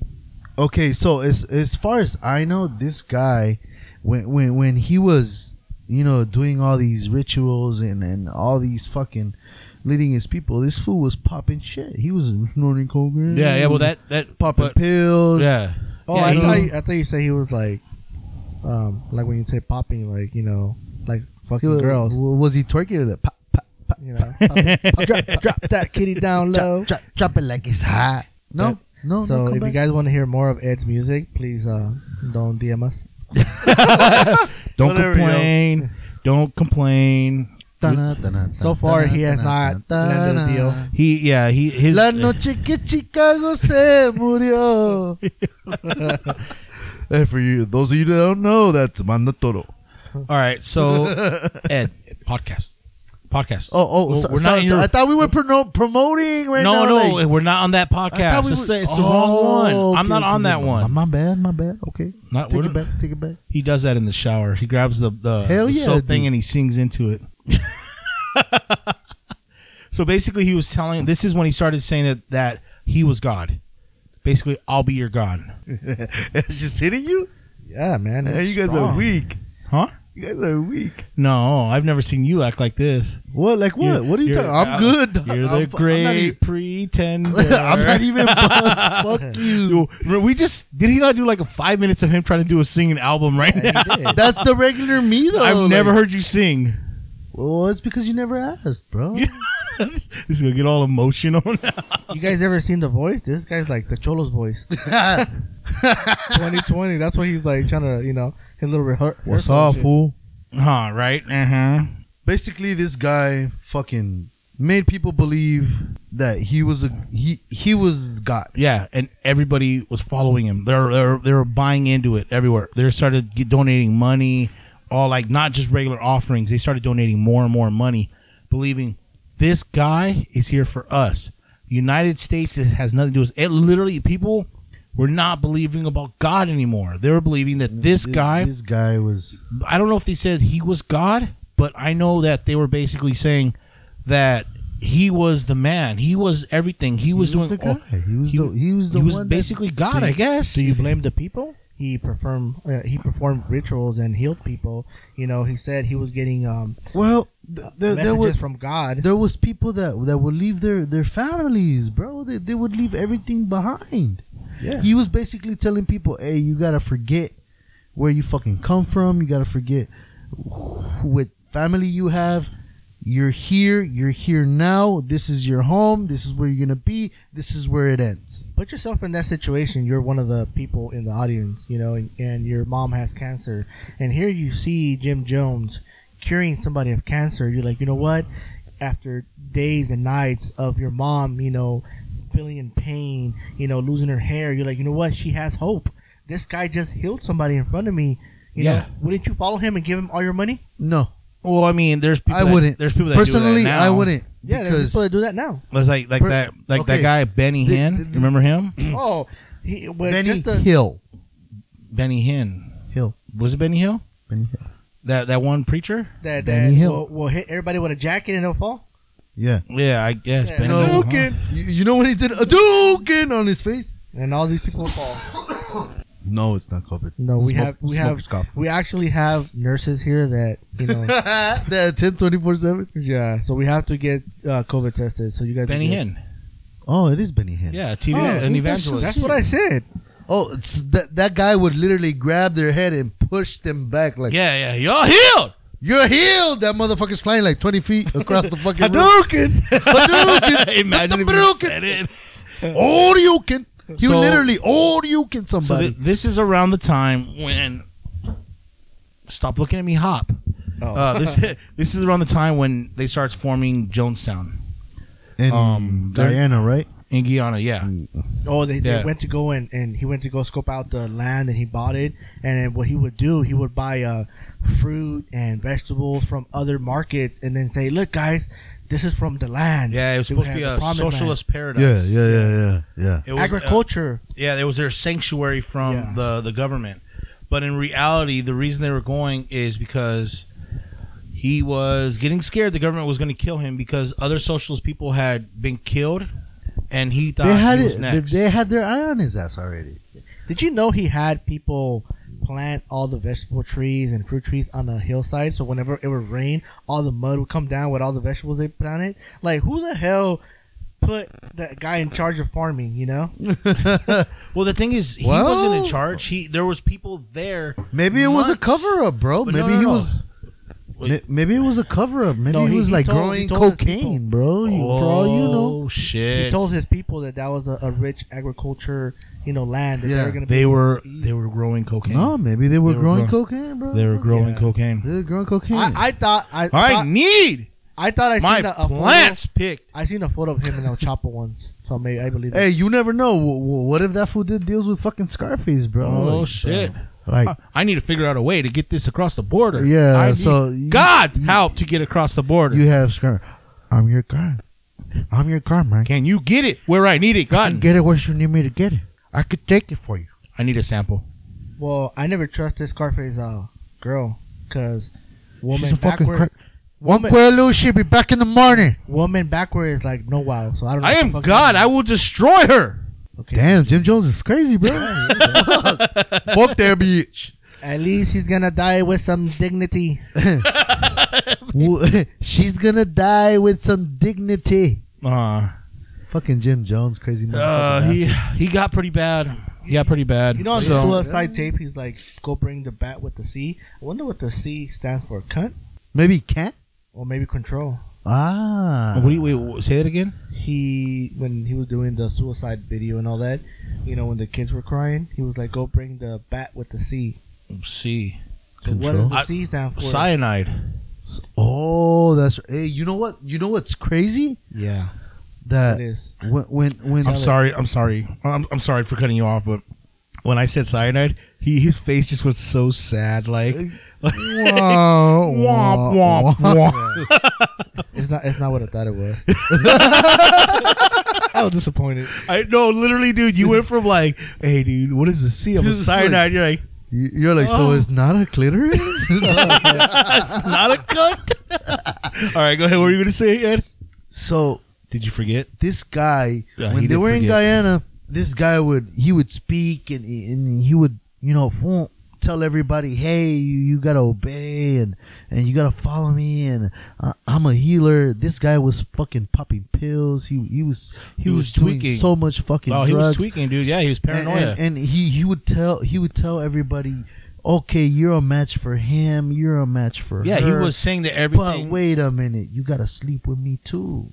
S2: okay, so as as far as I know, this guy, when when when he was, you know, doing all these rituals and and all these fucking leading his people, this fool was popping shit. He was snorting cocaine.
S3: Yeah, yeah. Well, that that
S2: popping
S3: but-
S2: pills.
S3: Yeah.
S4: Oh,
S3: Yeah,
S4: I,
S3: he-
S4: thought you, I thought you said he was like, um, like when you say popping, like you know, like
S2: He
S4: fucking
S2: was,
S4: girls.
S2: Was he twerking or the pop, pop, pop,
S4: You know,
S2: pop, it, pop,
S4: [laughs] drop, drop that kitty down low.
S2: drop, drop, drop it like it's hot? No, no.
S4: so
S2: no, come
S4: if you
S2: back.
S4: guys want to hear more of Ed's music, please uh, don't DM us.
S3: Don't
S2: Whatever, yo.
S3: complain. Don't complain.
S2: Dun-dun, dun-dun, dun-dun,
S4: So far, he has
S2: dun-dun,
S4: not landed a
S2: dun-dun.
S4: deal.
S3: He yeah he
S2: [laughs]
S3: his
S2: La noche que Chicago se [laughs] murió. Eh,
S5: Hey, for you, those of you that don't know, that's Manda Toro.
S3: all right.
S2: [laughs]
S3: So Ed podcast podcast.
S2: Oh, oh,
S3: Well,
S2: so,
S3: we're
S2: so-
S3: not in
S2: so
S3: your-
S2: I thought we were prono- promoting right
S3: no,
S2: now.
S3: no,
S2: like-
S3: we're not on that podcast.
S2: thought we
S3: it's
S2: were-
S3: the, it's the
S2: Oh,
S3: wrong one. I'm
S2: okay,
S3: not
S2: okay,
S3: on that
S2: okay.
S3: one.
S2: My bad, my bad. Okay,
S3: Not-
S2: take
S3: we're
S2: it back, take it back. [laughs]
S3: He does that in the shower. He grabs the the,
S2: Hell
S3: the
S2: yeah,
S3: soap thing
S2: dude.
S3: and he sings into it. [laughs] so basically, he was telling. This is when he started saying that that he was God. Basically, I'll be your God.
S5: it's just hitting you?
S4: Yeah, man.
S5: Hey,
S4: it's
S5: you guys
S4: strong.
S5: are
S4: [laughs]
S5: weak.
S3: Huh?
S5: You guys are weak.
S3: No, I've never seen you act like this.
S2: What? Like what?
S3: You're-
S2: what are you
S3: you're-
S2: talking? I'm good.
S3: You're
S2: I'm,
S3: the
S2: fu-
S3: great
S2: I'm
S3: pretender.
S2: not [laughs] even, [laughs] I'm not even buzzed. Fuck
S3: [laughs]
S2: you.
S3: we just did he not do like a five minutes of him trying to do a singing album right now?
S2: That's the regular me though.
S3: I've never
S2: Oh, Like,
S3: heard you sing. [laughs]
S2: well, it's because you never asked, bro.
S3: this is gonna get all emotional now.
S4: You guys ever seen the voice? This guy's like the Cholo's
S5: [laughs]
S4: voice. [laughs] 2020. That's what he's like trying to, you know, his little rehearsal.
S5: What's up, fool?
S3: Huh, right? Uh-huh.
S2: basically this guy fucking made people believe that he was a he he was God.
S3: Yeah, and everybody was following him. They're they're they're buying into it everywhere. They started get, donating money, all like not just regular offerings. They started donating more and more money, believing this guy is here for us. United States it has nothing to do with it. Literally, people were not believing about God anymore. They were believing that this guy
S2: this guy was
S3: I don't know if they said he was God, but I know that they were basically saying that he was the man. He was everything. He was,
S2: was
S3: doing.
S2: the
S3: all-
S2: guy. He was the- he was the one that-
S3: basically God,
S4: Do
S3: I
S4: you-
S3: guess.
S4: Do you blame the people? He performed uh, he performed rituals and healed people. You know, he said he was getting um,
S2: well. th- There, there
S4: messages
S2: was
S4: from God.
S2: there was people that that would leave their their families, bro. They they would leave everything behind.
S4: Yeah.
S2: He was basically telling people, "Hey, you gotta forget where you fucking come from. You gotta forget wh- what family you have. You're here. You're here now. This is your home. This is where you're gonna be. This is where it ends."
S4: Put yourself in that situation. You're one of the people in the audience, you know, and, and your mom has cancer. And here you see Jim Jones curing somebody of cancer. You're like, you know what? After days and nights of your mom, you know, feeling in pain, you know, losing her hair, you're like, you know what? She has hope. This guy just healed somebody in front of me. You
S3: Yeah.
S4: know, wouldn't you follow him and give him all your money?
S2: No,
S3: well, I mean, there's people
S2: I
S3: that-
S2: wouldn't.
S3: There's people that do that
S2: personally,
S3: now.
S2: I wouldn't.
S4: Yeah, there's
S2: because
S4: people that do
S3: [clears throat]
S4: that now.
S3: There's like like
S2: Per-
S3: that like that
S2: okay.
S3: guy Benny
S2: The-
S3: Hinn.
S2: the- Hmm? the-
S3: Remember him?
S4: oh, he, but
S2: Benny
S4: just uh, the,
S2: Hill,
S3: Benny Hinn.
S2: Hill,
S3: Was it Benny Hill?
S2: Benny Hill.
S3: That that one preacher?
S4: that,
S2: Benny
S4: that
S2: Hill.
S4: Will, will hit everybody with a jacket and they'll fall.
S2: Yeah.
S3: Yeah, I guess.
S4: Yeah.
S3: Benny
S4: No.
S3: Hill, huh?
S2: Dukin. You, you know when he did a Dukin on his face?
S4: And all these people fall.
S5: No, it's not COVID.
S4: No, we
S2: Smoke-
S4: have we
S2: smoke
S4: have
S2: [laughs]
S3: [laughs]
S2: scoff.
S4: we actually have nurses here that you know.
S2: that 10 24 7.
S4: [laughs] yeah, so we have to get uh, COVID tested. So you guys
S3: Benny
S4: can-
S3: Hinn.
S2: Oh, it is Benny Hinn.
S3: Yeah, TV
S4: Oh,
S3: an
S2: he does
S3: evangelist.
S4: That's what I said.
S2: Oh, it's, that that guy would literally grab their head and push them back like
S3: yeah, yeah.
S2: [laughs]
S3: Y'all healed.
S2: you're healed. That motherfucker's flying like twenty feet across the fucking room.
S3: Hadouken. [laughs]
S2: Hadouken.
S3: Imagine if you
S2: Hadouken.
S3: said it.
S2: All you can, you
S3: So-
S2: literally all you can
S3: So
S2: somebody.
S3: th- this is around the time when. Stop looking at me, hop.
S2: Oh.
S3: Uh, this [laughs] this is around the time when they starts forming Jonestown
S2: and
S3: um, they're-
S2: Diana, right?
S3: in Guyana. Yeah,
S4: Oh, they,
S3: Yeah.
S4: they went to go and, and he went to go scope out the land and he bought it. And then what he would do, he would buy uh, fruit and vegetables from other markets and then say, "Look, guys, this is from the land."
S3: yeah. It was
S4: They
S3: supposed to
S4: have
S3: be
S4: the
S3: a
S4: promised land.
S3: socialist paradise.
S5: Yeah, yeah, yeah, yeah, yeah.
S3: It was, uh,
S4: agriculture.
S3: yeah, there was their sanctuary from
S4: Yeah.
S3: the the government. But in reality, the reason they were going is because he was getting scared the government was going to kill him because other socialist people had been killed, and he thought
S2: They had
S3: he was
S2: it. They,
S3: next.
S2: they had their eye on his ass already. [laughs]
S4: Did you know he had people plant all the vegetable trees and fruit trees on the hillside? So whenever it would rain, all the mud would come down with all the vegetables they planted. Like who the hell put that guy in charge of farming? You know,
S3: Well, the thing is, he
S2: Well-
S3: wasn't in charge. He there was people there.
S2: Maybe it was a
S3: Months.
S2: cover up, bro.
S3: But
S2: maybe
S3: no, no,
S2: he
S3: no.
S2: was.
S3: Wait.
S2: ma- Maybe it was a cover up. Maybe
S4: No,
S2: he,
S4: he-
S2: was
S4: he
S2: like
S4: told- he
S2: growing
S4: told the
S2: cocaine, bro. You, for all you know,
S3: Oh,
S4: he
S3: shit.
S4: told his people that that was a, a rich agriculture, you know, land that
S2: Yeah.
S4: they were gonna.
S3: They
S4: be-
S3: were they were growing cocaine.
S2: no, maybe they were,
S3: were
S2: growing
S3: growing-
S2: cocaine, bro.
S3: They were growing cocaine.
S2: They were growing cocaine.
S4: I, I thought I,
S3: I
S4: thought-
S3: need
S4: I thought I
S3: my
S4: seen a, a photo.
S3: plants picked.
S4: I seen a photo of him in El Chapo once, so maybe I believe. it.
S2: hey, you never know. Wh- wh- What if that fool did deals with fucking Scarface, bro?
S3: Oh
S2: Like,
S3: shit!
S2: Like,
S3: I- I need to figure out a way to get this across the border.
S2: Yeah,
S3: I need
S2: so you-
S3: God help to get across the border.
S2: you have Scar. I'm your guy. I'm your guy, man.
S3: Can you get it where I need it? God,
S2: Get it where you need me to get it. I could take it for you.
S3: I need a sample.
S4: Well, I never trusted Scarface uh, girl because woman
S2: She's a fucking
S4: backward,
S2: crack. One
S4: Woman-
S2: Quelo should be back in the morning.
S4: woman backward is like no wow. So I don't. Know
S3: I
S4: what
S3: am
S4: the fuck
S3: God.
S4: that
S3: I
S4: means.
S3: will destroy her.
S4: okay.
S2: Damn, Jim Jones is crazy, bro. [laughs] Fuck that
S3: [laughs]
S2: bitch.
S4: At least he's gonna die with some dignity.
S2: Wo- [laughs] She's gonna die with some dignity.
S3: Uh,
S2: Fucking Jim Jones, crazy motherfucker.
S3: uh, he he got pretty bad. He got pretty bad.
S4: You know, on
S3: So-
S4: the suicide tape, he's like, "Go bring the bat with the C." I wonder what the C stands for. Cunt
S2: Maybe he can't.
S4: or maybe control.
S2: Ah,
S3: What do you- wait, wait, say it again.
S4: He when he was doing the suicide video and all that, you know, when the kids were crying, he was like, "Go bring the bat with the C."
S3: C
S4: So what does
S3: Control.
S4: the C stand for?
S3: cyanide.
S2: oh, that's hey. You know what? You know what's crazy?
S3: Uh,
S4: Yeah, it
S2: That
S4: is.
S2: when when when
S3: I'm
S2: [laughs]
S3: sorry. I'm sorry. I'm, I'm sorry for cutting you off, but when I said cyanide, he his face just was so sad. Like womp womp womp.
S4: It's not. It's not what I thought it was.
S3: [laughs]
S4: [laughs] I was disappointed.
S3: I no, literally, dude. You went from like, hey, dude, what is the C? I'm a
S2: This is like-
S3: cyanide. You're like,
S2: You- You're like,
S3: Oh.
S2: so it's not a clitoris? [laughs]
S3: it's not a cunt. [laughs] All right, go ahead. What were you gonna say, Ed?
S2: so
S3: Did you forget?
S2: this guy,
S3: Yeah, he
S2: when they
S3: did
S2: were in
S3: forget.
S2: Guyana, this guy would he would speak and and he would you know whoom, tell everybody, hey, you, you gotta obey and and you gotta follow me and I, I'm a healer. This guy was fucking popping pills. He he was he,
S3: He
S2: was,
S3: was
S2: doing
S3: tweaking.
S2: so much fucking
S3: Oh,
S2: drugs.
S3: he was tweaking, dude. Yeah, he was
S2: And-
S3: paranoia.
S2: And, and he he would tell he would tell everybody, okay, you're a match for him. You're a match for
S3: yeah, he
S2: her,
S3: was saying that
S2: But
S3: everything.
S2: wait a minute, you gotta sleep with me too.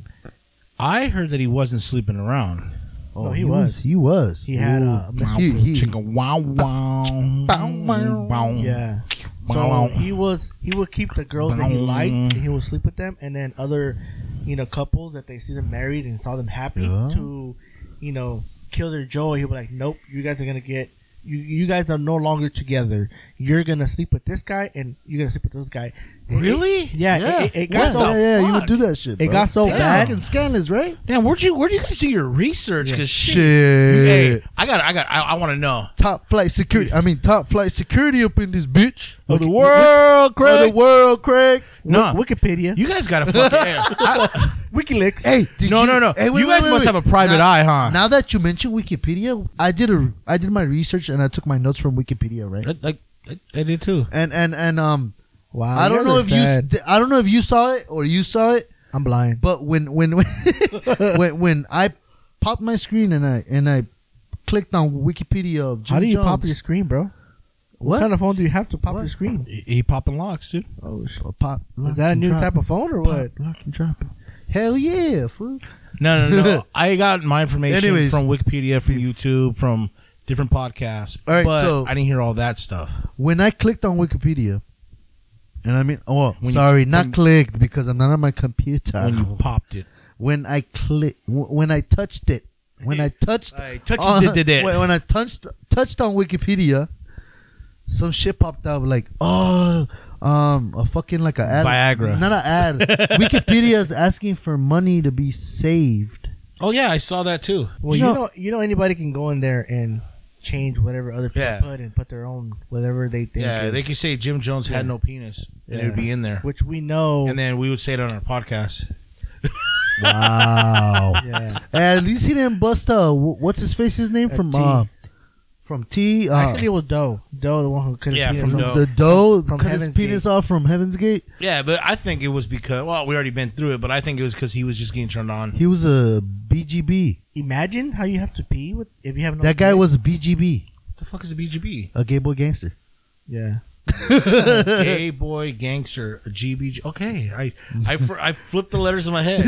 S3: I heard that he wasn't sleeping around.
S2: Oh,
S4: he was.
S2: He was.
S4: He had a
S2: he, he,
S3: Chicka wow wow bow, wow wow.
S4: Yeah.
S3: Wow.
S4: So he was. He would keep the girls that he liked, and he would sleep with them, and then other, you know, couples that they see them married and saw them happy
S2: Yeah.
S4: to, you know, kill their joy. He would like, nope, you guys are gonna get. You, you guys are no longer together. You're gonna sleep with this guy, and you're gonna sleep with this guy. It- it-
S3: Really?
S4: yeah, It, it, it got
S2: yeah,
S4: so
S2: yeah, you would do that shit.
S4: It
S2: bro.
S4: got so
S2: That's
S4: bad.
S2: Fucking scandalous, right?
S3: Damn, where'd you where'd you guys do your research? Cause shit.
S2: Shit.
S3: Hey, I got I got I, I want to know.
S2: Top flight security. I mean, top flight security up in this bitch.
S3: Of the world,
S2: Of the world, Craig.
S3: No,
S4: Wikipedia,
S3: you guys got to fucking.
S2: [laughs]
S3: I-
S4: WikiLeaks.
S2: Hey, did
S3: no,
S2: you,
S3: no, no,
S2: Hey, wait,
S3: You
S2: wait,
S3: guys
S2: wait,
S3: must
S2: wait.
S3: have a private
S2: now,
S3: eye, huh?
S2: Now that you mentioned Wikipedia, I did a I did my research and I took my notes from Wikipedia, right?
S3: Like I, I did too.
S2: And and and um,
S3: Uh,
S4: Wow,
S2: I don't know if you I don't know if you saw it or you saw it.
S4: I'm blind.
S2: But when when [laughs] when when, when I popped my screen and I and I clicked on Wikipedia of Jim
S4: How do you
S2: Jones,
S4: pop your screen, bro? What kind
S2: what?
S4: of phone do you have to pop
S2: What?
S4: your screen?
S3: He, he popping locks, dude.
S2: Oh, sh- pop, lock
S4: Is that a
S2: and
S4: new
S2: drop,
S4: type of phone or what?
S2: Pop, lock and drop it. Hell yeah, fool.
S3: No, no, [laughs] no. I got my information
S2: Anyways.
S3: from Wikipedia, from YouTube, from different podcasts.
S2: All right,
S3: but
S2: so-
S3: I didn't hear all that stuff.
S2: When I clicked on Wikipedia, and I mean, oh,
S3: When you-
S2: sorry, not
S3: when-
S2: clicked because I'm not on my computer. [laughs]
S3: when you popped it.
S2: when I click, when I touched it, when I
S3: [laughs]
S2: touched,
S3: I touched
S2: on-
S3: it, did
S2: [laughs]
S3: it.
S2: When, when I touched touched on Wikipedia, some shit popped up like, oh, um, a fucking like a ad,
S3: Viagra.
S2: not an
S3: [laughs]
S2: ad. Wikipedia is asking for money to be saved.
S3: Oh yeah, I saw that too.
S4: Well,
S2: No.
S4: you know, you know, anybody can go in there and change whatever other people
S3: Yeah.
S4: put and put their own whatever they think.
S3: yeah,
S4: is-
S3: they could say Jim Jones had no penis, and it would
S4: Yeah.
S3: be in there.
S4: which we know.
S3: And then we would say it on our podcast.
S2: Wow.
S4: yeah,
S3: [laughs]
S4: [laughs]
S2: At least he didn't bust uh, wh- what's his face? His name from
S4: T.
S2: uh, from T. Uh,
S4: Actually, it was Doe. Doe, the one who couldn't.
S3: Yeah,
S4: beat
S3: from
S4: him.
S3: Doe.
S2: the dough
S4: From
S2: cut his
S4: Heaven's
S2: penis off from Heaven's Gate.
S3: Yeah, but I think it was because well, we already been through it, but I think it was because he was just getting turned on.
S2: He was a BGB.
S4: Imagine how you have to pee with if you have no.
S2: That guy was a BGB,
S3: What the fuck is a [laughs] BGB?
S2: a gay boy gangster.
S4: Yeah.
S3: Gay boy gangster, a GBG. Okay, I [laughs] I fr- I flipped the letters in my head.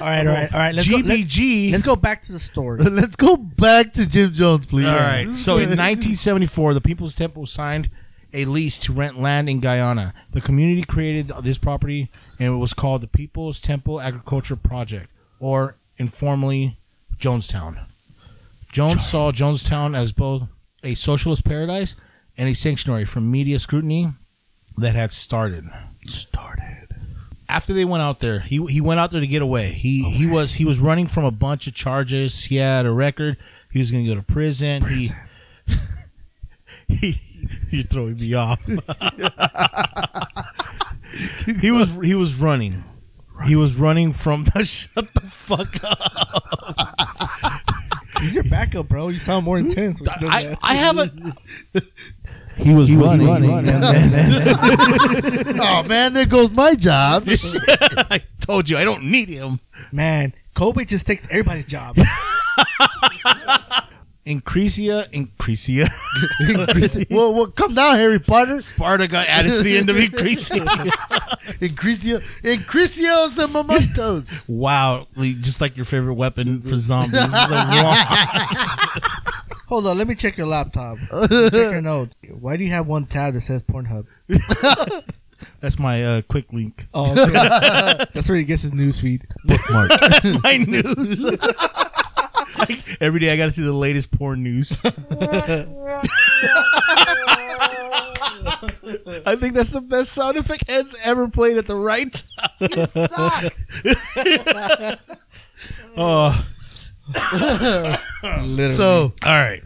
S4: All right, all right, all right. Let's go. Let,
S3: GBG.
S4: let's go back to the story.
S2: [laughs] Let's go back to Jim Jones, please.
S3: All right.
S2: [laughs]
S3: So in 1974, the People's Temple signed a lease to rent land in Guyana. The community created this property, and it was called the People's Temple Agriculture Project, or informally Jonestown. Jones saw Jonestown as both a socialist paradise and a sanctuary from media scrutiny that had started. Started. After they went out there, he, he went out there to get away. He he was he was running from a bunch of charges. He had a record. He was going to go to prison. [laughs] He, he you're throwing me [laughs] off. he was he was running. He was running from the [laughs] shut the fuck up.
S4: [laughs] He's your backup, bro. You sound more intense. when you
S3: [laughs]
S4: do
S3: I,
S4: that.
S3: I haven't. He was running.
S2: Oh man, there goes my
S3: [laughs]
S2: job.
S3: I told you I don't need him.
S4: Man, Kobe just takes
S3: [laughs]
S4: everybody's job.
S3: Increasia, Increasia.
S2: well, well, come down, Harry Potter.
S3: [laughs] Sparta got added to the end of Increasia.
S2: Increasio, Increasios and Momentos.
S3: [laughs] wow, like- just like your favorite weapon for zombies. It's like, [laughs] wow.
S4: Hold on, let me check your laptop.
S3: [laughs]
S4: Let me check your notes. Why do you have one tab that says Pornhub?
S3: That's my uh, quick link.
S4: Oh, okay. [laughs] that's where he gets his news feed.
S2: Bookmark.
S3: [laughs] That's my news. Like, every day I got to see the latest porn news. [laughs] I think that's the best sound effect Ed's ever played at the right time. oh,
S4: Literally.
S2: so
S3: all right.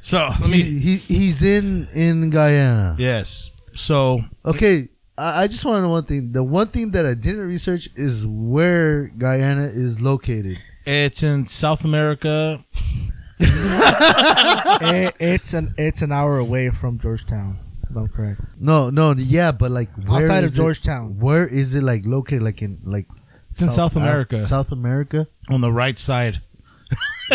S3: So
S2: he,
S3: let me.
S2: he he's in in Guyana.
S3: Yes. So
S2: Okay, I, I just want to know one thing. The one thing that I didn't research is where Guyana is located.
S3: it's in South America.
S4: It- it's an it's an hour away from Georgetown. If I'm correct.
S2: No, no, yeah, but like where
S4: Outside of
S2: is it-
S4: Georgetown.
S2: where is it like located? Like in like
S3: It's in South
S2: Af-
S3: America.
S2: South America,
S3: on the right side.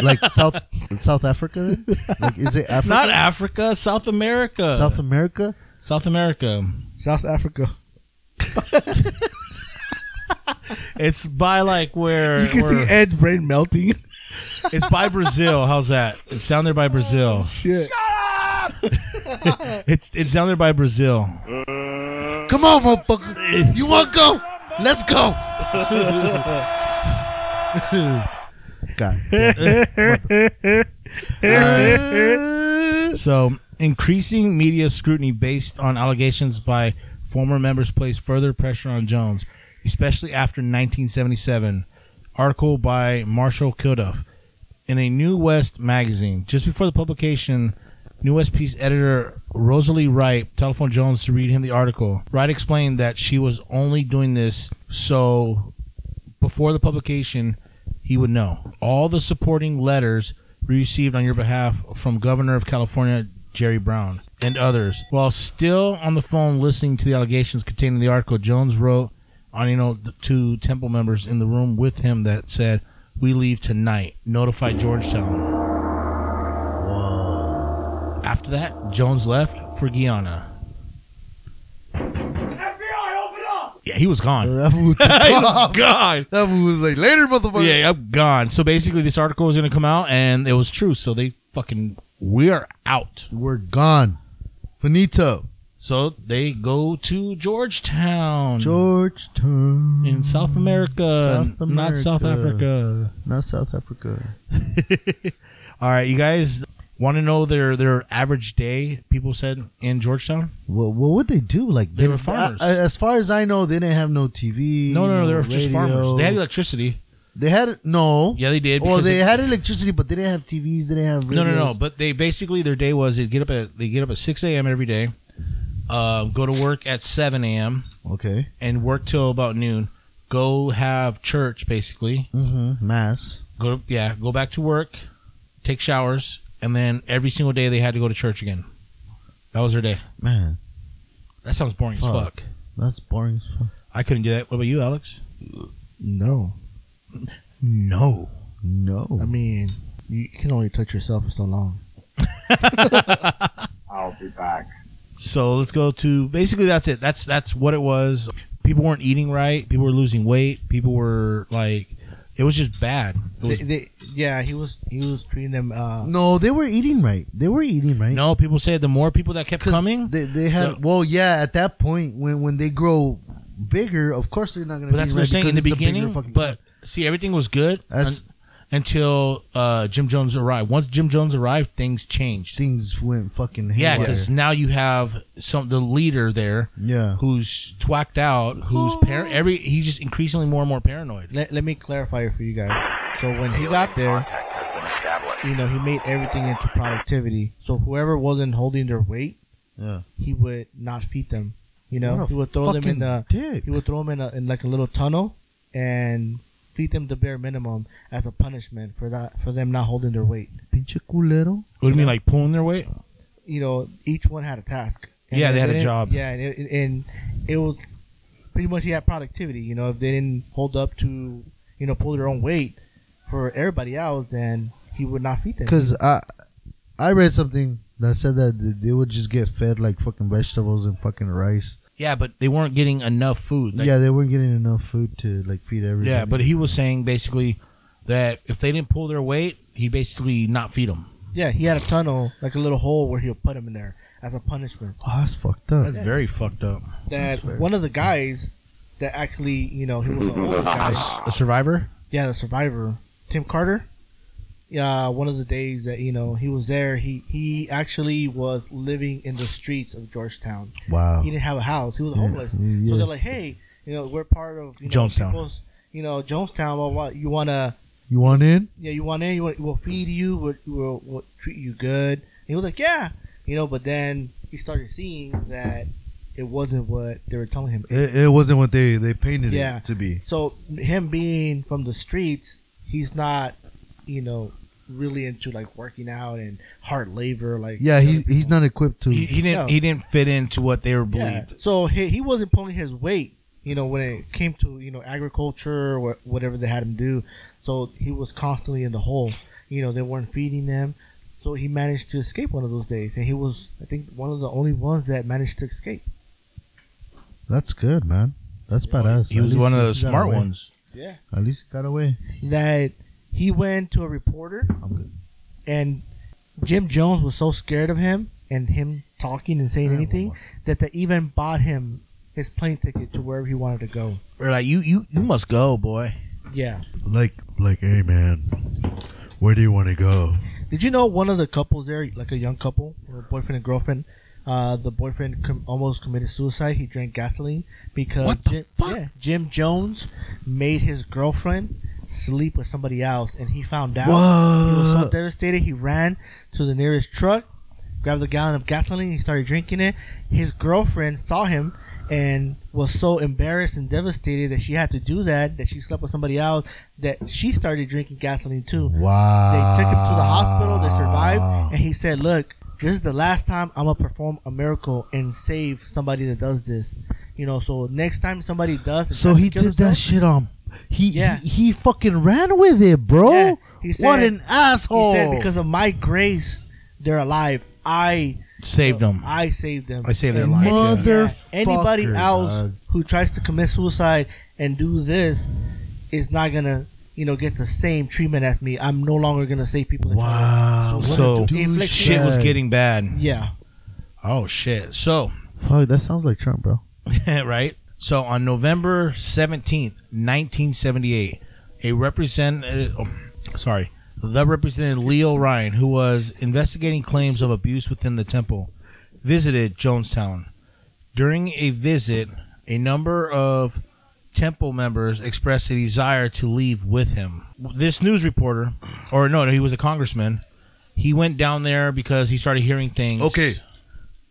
S2: like South South Africa. then? Like is it Africa?
S3: Not Africa, South America.
S2: South America.
S3: South America.
S4: South Africa.
S3: It's by like where,
S4: You [laughs] can
S3: where-
S4: see Ed's brain melting.
S3: it's by Brazil. How's that? It's down there by Brazil.
S4: Shit.
S3: It's it's down there by Brazil.
S2: Come on, motherfucker! You want to go? Let's go. God.
S3: So increasing media scrutiny based on allegations by former members placed further pressure on Jones, especially after 1977. Article by Marshall Kilduff in a New West magazine just before the publication. New West piece editor Rosalie Wright telephoned Jones to read him the article. Wright explained that she was only doing this so before the publication he would know. All the supporting letters we received on your behalf from Governor of California Jerry Brown and others. While still on the phone listening to the allegations contained in the article, Jones wrote on you know to temple members in the room with him that said, "We leave tonight. Notify Georgetown." After that, Jones left for Guyana.
S7: FBI, open up!
S3: Yeah, he was gone.
S2: That fool took off.
S3: God.
S2: That fool was like, later, motherfucker.
S3: Yeah, I'm gone. So basically, this article was going to come out, and it was true. So they fucking we're out.
S2: We're gone. Finito.
S3: So they go to Georgetown
S2: Georgetown.
S3: in South America,
S2: South
S3: not South Africa.
S2: America. Not South Africa.
S3: All right, you guys want to know their their average day? People said in Georgetown.
S2: What, what would they do? Like
S3: They were
S2: didn't-
S3: farmers.
S2: I- I- as far as I know, they didn't have no TV.
S3: No, no, no, they were just
S2: radio.
S3: farmers. They had electricity.
S2: They had no.
S3: Yeah, they did.
S2: Well,
S3: because
S2: they had electricity, but they didn't have TVs. They didn't have
S3: No,
S2: radios.
S3: no, no. But they basically their day was they get up at they get up at six a.m. every day, uh, go to work at seven a.m.
S2: okay.
S3: and work till about noon. Go have church basically.
S2: Mm-hmm. Mass.
S3: Go yeah, go back to work, take showers, and then every single day they had to go to church again. That was their day.
S5: Man,
S3: That sounds boring as
S5: Fuck.
S3: fuck.
S5: that's boring as fuck.
S3: I couldn't do that. What about you, Alex?
S4: No,
S3: No.
S4: I
S5: No.
S4: mean you can only touch yourself for so long.
S7: I'll be back.
S3: So let's go to basically that's it. That's that's what it was. People weren't eating right. People were losing weight. People were like, it was just bad. It was,
S4: They- they- yeah, he was he was treating them. Uh,
S2: No, they were eating right. They were eating right.
S3: no, people said the more people that kept
S2: 'Cause
S3: coming,
S2: They, they had
S3: No.
S2: well, yeah. At that point, when when they grow bigger, of course they're not gonna.
S3: but
S2: be
S3: that's what I'm
S2: right
S3: saying in the
S2: because it's a bigger
S3: beginning.
S2: fucking-
S3: But see, everything was good
S2: That's-
S3: un- until uh, Jim Jones arrived. Once Jim Jones arrived, things changed.
S2: things went fucking.
S3: Yeah,
S2: haywire.
S3: because now you have some the leader there
S2: yeah.
S3: who's twacked out, who's par- every he's just increasingly more and more paranoid.
S4: let, let me clarify it for you guys. So when he got there, you know, he made everything into productivity. So whoever wasn't holding their weight,
S5: Yeah.
S4: he would not feed them. You know,
S2: What a
S4: he would throw them in
S2: fucking
S4: the
S2: dick.
S4: he would throw them in, a, in like a little tunnel and feed them the bare minimum as a punishment for that for them not holding their weight.
S2: Pinche culero.
S3: What do you mean, like pulling their weight?
S4: You know, each one had a task.
S3: Yeah,
S4: if
S3: they had a
S4: didn't-
S3: job.
S4: Yeah, and it, and it was pretty much he had productivity. You know, if they didn't hold up to you know pull their own weight for everybody else, then he would not feed them.
S2: Because I I read something that said that th- they would just get fed like fucking vegetables and fucking rice.
S3: Yeah, but they weren't getting enough food. Like,
S2: yeah, they weren't getting enough food to like feed everybody.
S3: yeah, but he was saying basically that if they didn't pull their weight, he basically not feed them.
S4: Yeah, he had a tunnel, like a little hole where he'll put him in there as a punishment.
S2: oh, that's fucked up.
S3: That's very fucked up.
S4: That one of the guys that actually, you know, he was an
S3: [laughs]
S4: older guy.
S3: A survivor?
S4: Yeah, the survivor, Tim Carter. Yeah, one of the days that you know he was there, he he actually was living in the streets of Georgetown.
S2: Wow.
S4: He didn't have a house. He was
S2: Oh. Yeah,
S4: homeless.
S2: yeah.
S4: So they're like, hey, you know, we're part of you know,
S3: Jonestown.
S4: people's- You know, Jonestown. Well, what you wanna?
S2: You want in?
S4: yeah, you want in, you want, we'll feed you, we'll, we'll, we'll treat you good. And he was like, yeah, you know, but then he started seeing that it wasn't what they were telling him.
S5: It, it wasn't what they, they painted
S4: Yeah.
S5: it to be.
S4: So him being from the streets, he's not, you know, really into like working out and hard labor. Like
S2: Yeah, he's he's not equipped
S3: He,
S2: to.
S3: he didn't.
S4: Yeah.
S3: He didn't fit into what they were
S4: yeah.
S3: believed.
S4: So he, he wasn't pulling his weight, you know, when it came to you know agriculture or wh- whatever they had him do. So he was constantly in the hole. You know, they weren't feeding him. So he managed to escape one of those days, and he was, I think, one of the only ones that managed to escape.
S2: That's good, man. That's badass.
S3: He
S2: At
S3: was
S2: least
S3: one of the
S2: got
S3: smart
S2: away.
S3: ones.
S2: At least he got away.
S4: That he went to a reporter,
S2: I'm good.
S4: and Jim Jones was so scared of him and him talking and saying anything that they even bought him his plane ticket to wherever he wanted to go.
S3: We're like, you, you, you must go, boy.
S4: Yeah.
S5: Like, like, hey, man, where do you want to go?
S4: Did you know one of the couples there, like a young couple, or boyfriend and girlfriend? Uh, the boyfriend com- almost committed suicide. He drank gasoline because
S3: What the
S4: Jim,
S3: fuck?
S4: yeah, Jim Jones made his girlfriend sleep with somebody else, and he found out. He was so
S5: What?
S4: devastated. He ran to the nearest truck, grabbed a gallon of gasoline, he started drinking it. His girlfriend saw him and was so embarrassed and devastated that she had to do that, that she slept with somebody else, that she started drinking gasoline too. They
S2: Wow.
S4: took him to the
S2: Ah.
S4: hospital. They survived, and he said, "Look, this is the last time I'm gonna perform a miracle and save somebody that does this. You know, so next time somebody does, and
S2: So
S4: tries to
S2: he
S4: kill
S2: did that
S4: himself,
S2: shit on. He,
S4: Yeah.
S2: he he fucking ran with it, bro.
S4: Yeah, he said-
S2: what an asshole.
S4: He said, "Because of my grace, they're alive. I
S3: Saved them.
S4: I saved them.
S3: I saved their
S4: And
S3: life.
S4: Yeah,
S2: Mother
S4: anybody
S2: fucker,
S4: else
S2: dog.
S4: who tries to commit suicide and do this is not gonna." You know, get the same treatment as me. I'm no longer gonna save people. that try to-
S2: Wow.
S4: what
S3: So,
S4: a douche- inflict-
S3: shit was
S2: Douchebag.
S3: getting bad.
S4: Yeah,
S3: Oh shit. So
S2: Fuck, that sounds like Trump, bro.
S3: [laughs] right? So on November 17th, 1978, a representative, oh, sorry, the representative Leo Ryan, who was investigating claims of abuse within the temple, visited Jonestown. During a visit, a number of temple members expressed a desire to leave with him. This news reporter, or no, no, he was a congressman. He went down there because he started hearing things.
S2: Okay.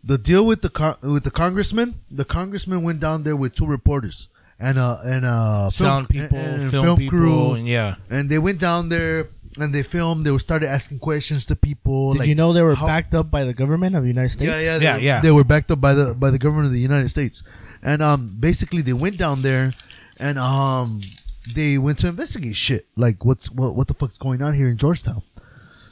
S2: The deal with the con- with the congressman, the congressman went down there with two reporters and uh and uh
S3: Sound people,
S2: and- and
S3: film, people,
S2: crew,
S3: and yeah.
S2: and they went down there. and they filmed. They were started asking questions to people.
S4: Did
S2: like,
S4: you know they were
S2: how-
S4: backed up by the government of the United States?
S2: Yeah, yeah, they
S3: Yeah,
S2: were,
S3: yeah.
S2: They were backed up by the by the government of the United States, and um, basically they went down there, and um, they went to investigate shit like what's what what the fuck's going on here in Georgetown.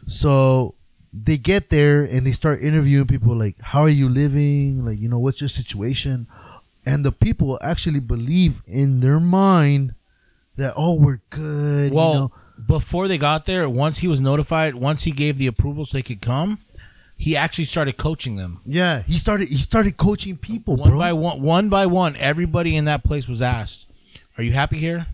S2: So they get there and they start interviewing people like, how are you living? Like, you know, what's your situation? And the people actually believe in their mind that oh, we're good.
S3: Well,
S2: you know?
S3: before they got there, once he was notified, once he gave the approval so they could come, he actually started coaching them
S2: yeah, he started he started coaching people,
S3: one
S2: bro.
S3: by one. One by one, everybody in that place was asked, "Are you happy here?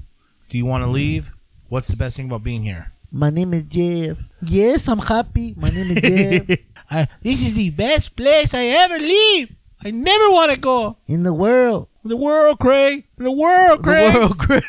S3: Do you want to leave? What's the best thing about being here?"
S2: My name is Jeff. Yes, I'm happy. My name is Jeff.
S3: I, this is the best place I ever leave. I never want to go.
S2: [laughs] in the world.
S3: The world, Craig. The world, Craig.
S2: The world, [laughs] Craig.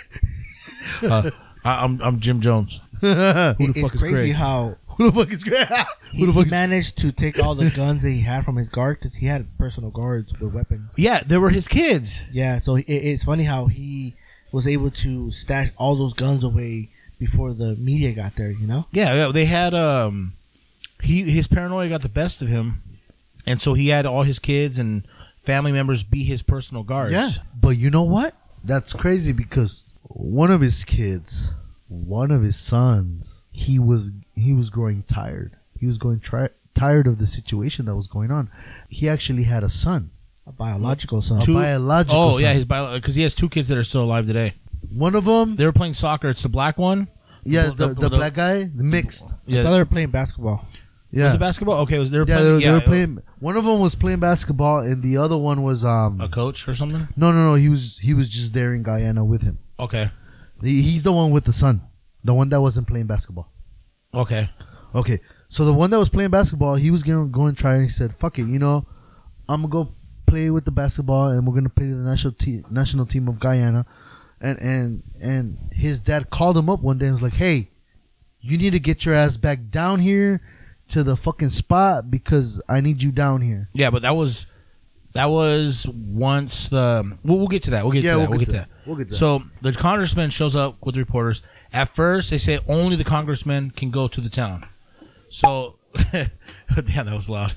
S3: I, I'm, I'm Jim Jones. Who the
S4: It's
S3: fuck is
S4: crazy
S3: Craig?
S4: how
S2: Who the fuck is Craig? [laughs] Who
S4: he
S2: the fuck is
S4: managed to take all the guns that he had from his guard because he had personal guards with weapons.
S3: Yeah, there were his kids.
S4: Yeah, so it, it's funny how he was able to stash all those guns away before the media got there. You know,
S3: Yeah, yeah, they had um he his paranoia got the best of him. And so he had all his kids and family members be his personal guards.
S2: Yeah, but you know what? That's crazy because one of his kids, one of his sons, he was he was growing tired. He was going tri- tired of the situation that was going on. He actually had a son,
S4: a biological
S2: a
S4: son.
S3: Two-
S2: biological.
S3: oh,
S2: son.
S3: yeah, his bio because he has two kids that are still alive today.
S2: one of them.
S3: They were playing soccer. It's the black one.
S2: Yeah,
S3: the-
S2: the,
S3: the-
S2: the,
S3: the-
S2: black guy, the mixed.
S4: I
S3: Yeah,
S4: thought they were playing basketball.
S2: Yeah,
S3: was it basketball? Okay, was they were
S2: yeah, they
S3: playing?
S2: were, they were
S3: yeah,
S2: playing. One of them was playing basketball, and the other one was um.
S3: a coach or something.
S2: No, no, no. He was he was just there in Guyana with him.
S3: Okay,
S2: He- He's the one with the son, the one that wasn't playing basketball.
S3: okay.
S2: Okay, so the one that was playing basketball, he was gonna go and try, and he said, "Fuck it, you know, I'm gonna go play with the basketball, and we're gonna play the national team, national team of Guyana." And and and his dad called him up one day and was like, "Hey, you need to get your ass back down here to the fucking spot because I need you down here."
S3: Yeah, but that was that was once the we'll, we'll get to that. We'll get to that. We'll get to that.
S2: We'll get to that.
S3: So the congressman shows up with reporters. At first, they say only the congressman can go to the town. So, [laughs] yeah, that was loud.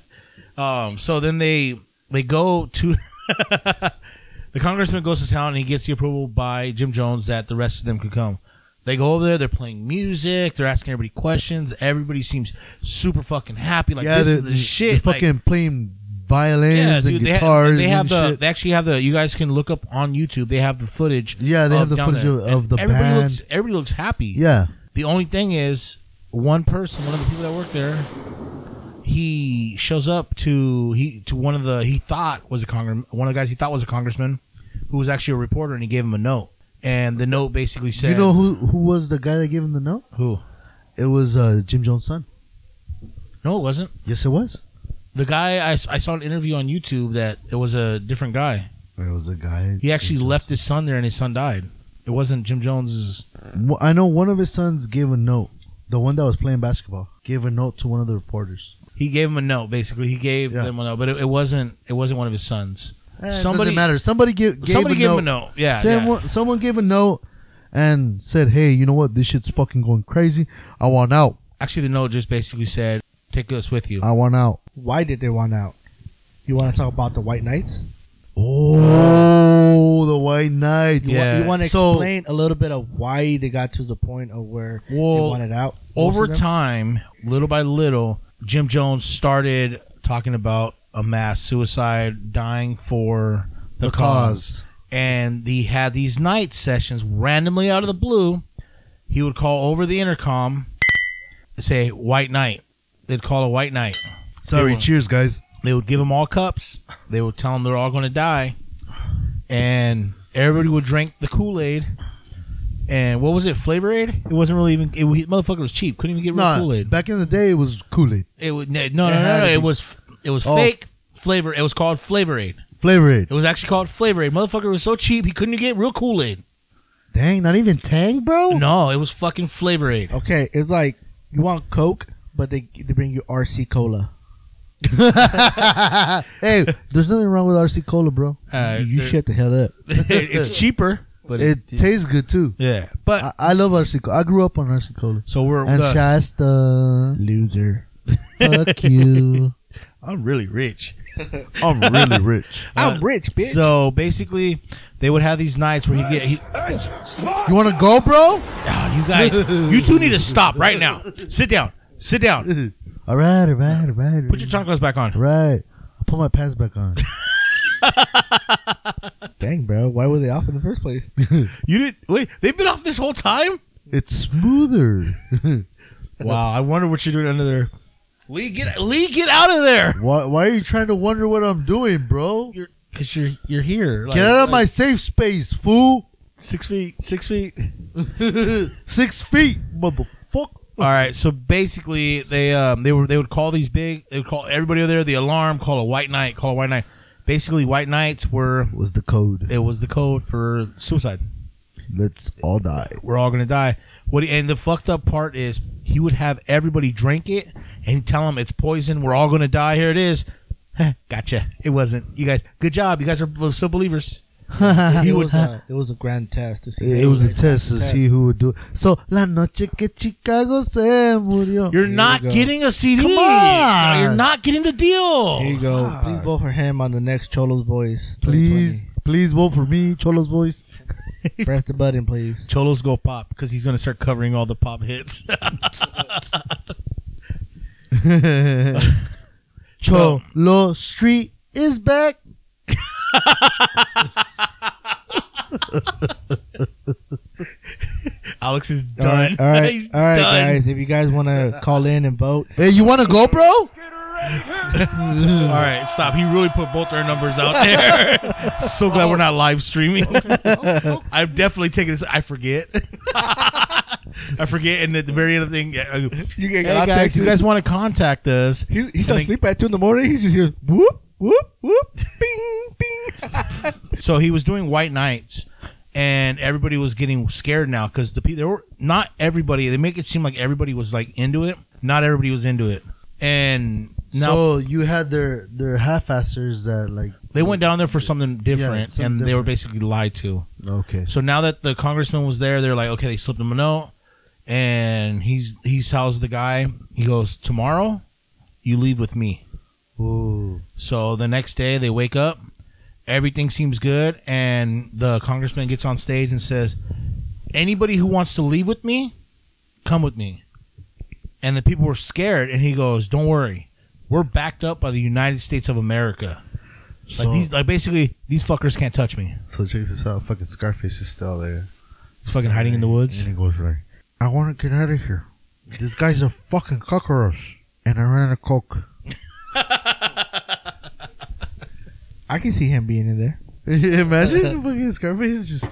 S3: Um, so then they they go to [laughs] the congressman goes to town and he gets the approval by Jim Jones that the rest of them could come. They go over there. They're playing music. They're asking everybody questions. Everybody seems super fucking happy. Like this is the shit.
S2: They're
S3: like-
S2: fucking playing violins and
S3: they ha-
S2: guitars
S3: They have,
S2: and
S3: the.
S2: shit.
S3: They actually have the. You guys can look up on YouTube. They have the footage.
S2: Yeah, they
S3: of
S2: have the
S3: down
S2: footage
S3: there.
S2: of- of
S3: And
S2: the
S3: everybody
S2: band.
S3: Looks, everybody looks happy.
S2: yeah,
S3: The only thing is, one person, one of the people that worked there, he shows up to he to one of the he thought was a congress one of the guys he thought was a congressman, who was actually a reporter, and he gave him a note. And the note basically said,
S2: you know who who was the guy that gave him the note?
S3: who?
S2: It was uh, Jim Jones' son.
S3: No, it wasn't.
S2: Yes, it was.
S3: The guy I, s- I saw an interview on YouTube that it was a different guy.
S2: It was a guy.
S3: He actually left his son there, and his son died. It wasn't Jim Jones's.
S2: Wh- I know one of his sons gave a note. The one that was playing basketball gave a note to one of the reporters.
S3: He gave him a note. Basically, he gave
S2: Yeah.
S3: them a note, but it, it wasn't. It wasn't one of his sons.
S2: Eh,
S3: Somebody-
S2: doesn't matter. Somebody give gave
S3: Somebody
S2: a
S3: gave
S2: note.
S3: him a note. Yeah,
S2: someone, someone gave a note and said, "Hey, you know what? This shit's fucking going crazy. I want out.
S3: yeah. Actually, the note just basically said, "Take us with you."
S2: I want out."
S4: Why did they want out? You want to talk about the White Knights?
S2: Oh, the White Knights.
S4: You,
S3: Yeah.
S4: want, you want to
S2: So-
S4: explain a little bit of why they got to the point of where they
S3: Well,
S4: wanted out? Most
S3: Over
S4: of them?
S3: time, little by little, Jim Jones started talking about a mass suicide, dying for the,
S2: The
S3: cause.
S2: cause.
S3: and he had these night sessions randomly out of the blue. He would call over the intercom, say "White Knight." They'd call a White Knight.
S2: Sorry, cheers, guys.
S3: They would give them all cups. They would tell them they're all going to die, and everybody would drink the Kool Aid. And what was it? Flavor Aid? It wasn't really even. It, was- motherfucker was cheap. Couldn't even get real
S2: No,
S3: Kool Aid.
S2: back in the day, it was Kool Aid,
S3: It was no, no,
S2: It
S3: no,
S2: had
S3: no,
S2: to
S3: no. It
S2: be-
S3: was it was
S2: Oh.
S3: fake flavor. It was called Flavor Aid.
S2: Flavor Aid.
S3: It was actually called Flavor Aid. Motherfucker was so cheap he couldn't get real Kool Aid.
S2: Dang, not even Tang, bro. [laughs]
S3: No, it was fucking Flavor [laughs] Aid.
S4: Okay, it's like you want Coke, but they they bring you RC Cola.
S2: hey, there's nothing wrong with RC Cola, bro.
S3: Uh,
S4: you
S3: the-
S2: [laughs]
S4: shut the hell up.
S3: it's cheaper. but
S2: It tastes good too.
S3: yeah. But
S2: I, I love Arsicola. I grew up on Arsicola.
S3: so we're
S2: And
S3: uh,
S2: Shasta,
S4: Loser.
S2: [laughs] fuck you.
S3: I'm really rich.
S2: I'm really rich.
S4: I'm rich, bitch.
S3: So basically, they would have these nights where he get. He,
S2: You want to go, bro?
S3: Ah, you guys, you two need to stop right now. Sit down. Sit down.
S2: All right, all right, all right.
S3: Put your chocolates back on.
S2: right. I'll put my pants back on.
S4: Dang, bro. Why were they off in the first [laughs] place?
S3: You didn't wait. They've been off this whole time.
S2: It's smoother.
S3: Wow. I wonder what you're doing under there. Lee, get Lee, get out of there.
S2: why, why are you trying to wonder what I'm doing, bro?
S3: You're because you're you're here. Like,
S2: Get out of
S3: like
S2: my safe space, fool.
S3: six feet. Six feet.
S2: Six feet, motherfucker.
S3: All right. So basically, they um they were they would call these big. They would call everybody over there the alarm. Call a white knight. Call a white knight. Basically, white knights were
S2: Was the code.
S3: it was the code for suicide.
S2: Let's all die.
S3: we're all gonna die. What he- and the fucked up part is he would have everybody drink it and tell them it's poison. We're all gonna die. Here it is. [laughs] Heh, gotcha. It wasn't. You guys, good job. You guys are still believers.
S4: [laughs] it, was a, it was a grand test to see.
S2: It, was a test to see who would do it. So, La Noche que Chicago se murió.
S3: You're
S4: Here we
S3: not
S4: go.
S3: getting a CD.
S2: Come on.
S3: No, You're not getting the deal.
S4: Here you go. Please vote for him on the next Cholos Voice.
S2: Please, please vote for me, Cholo's voice.
S4: 2020. press the button, [laughs] please.
S3: Cholos go pop because he's gonna start covering all the pop hits. [laughs]
S2: Cholo Street is back.
S3: Alex is
S4: All
S3: done.
S4: right, all right,
S3: [laughs] He's
S4: all right,
S3: done.
S4: guys. If you guys want to call in and vote,
S2: Hey, you want to go, bro?
S3: All right, stop. He really put both our numbers out there. [laughs] so glad we're not live [laughs] streaming. I'm definitely taking this. I forget. [laughs] I forget, and at the very end of the thing, I go,
S4: you
S3: hey guys, you guys want to contact us?
S4: He,
S3: And
S4: he's
S3: then-
S4: asleep at two in the morning. He's just here. Whoop whoop whoop. Bing bing.
S3: So he was doing White Nights, and everybody was getting scared now because the people there were not everybody. They make it seem like everybody was like into it. Not everybody was into it, and now
S2: So you had their their half-assers that like
S3: they went down there for something different,
S2: something
S3: and they were
S2: different.
S3: basically lied to.
S2: okay.
S3: So now that the congressman was there, they're like, okay, they slipped him a note, and he's he tells the guy, he goes, tomorrow, you leave with me.
S2: Ooh.
S3: So the next day they wake up, everything seems good, and the congressman gets on stage and says, anybody who wants to leave with me, come with me. And the people were scared, and he goes, don't worry, we're backed up by the United States of America. Like
S2: So-
S3: these, like basically, these fuckers can't touch me.
S2: So check this out. Fucking Scarface is still there.
S3: He's fucking hiding in the woods.
S5: And he goes like,
S2: I want to get out of here. This guy's a fucking cockroach, and I ran out of coke. [laughs]
S4: I can see him being in there.
S3: [laughs]
S2: Imagine fucking Scarface just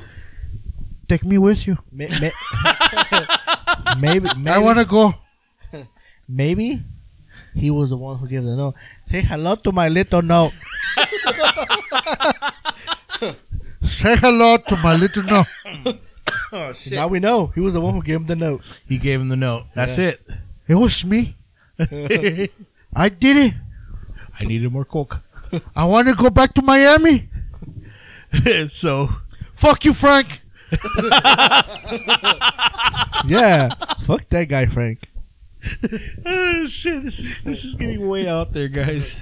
S2: take me with you.
S4: May- may- [laughs] maybe, maybe,
S2: I want to
S3: [laughs]
S2: go.
S4: maybe he was the one who gave the note. Say hello to my
S3: [laughs]
S4: little note.
S2: Say hello to my little no.
S4: So now we know he was the one who gave him the note.
S3: He gave him the note. That's it.
S2: It was
S3: [laughs]
S2: me.
S3: I
S2: I did it.
S3: needed more coke.
S2: I want to go back to Miami.
S3: [laughs] so
S2: Fuck you, Frank.
S3: [laughs]
S4: Yeah, fuck that guy, Frank.
S3: oh, shit, this is, this is getting way out there, guys.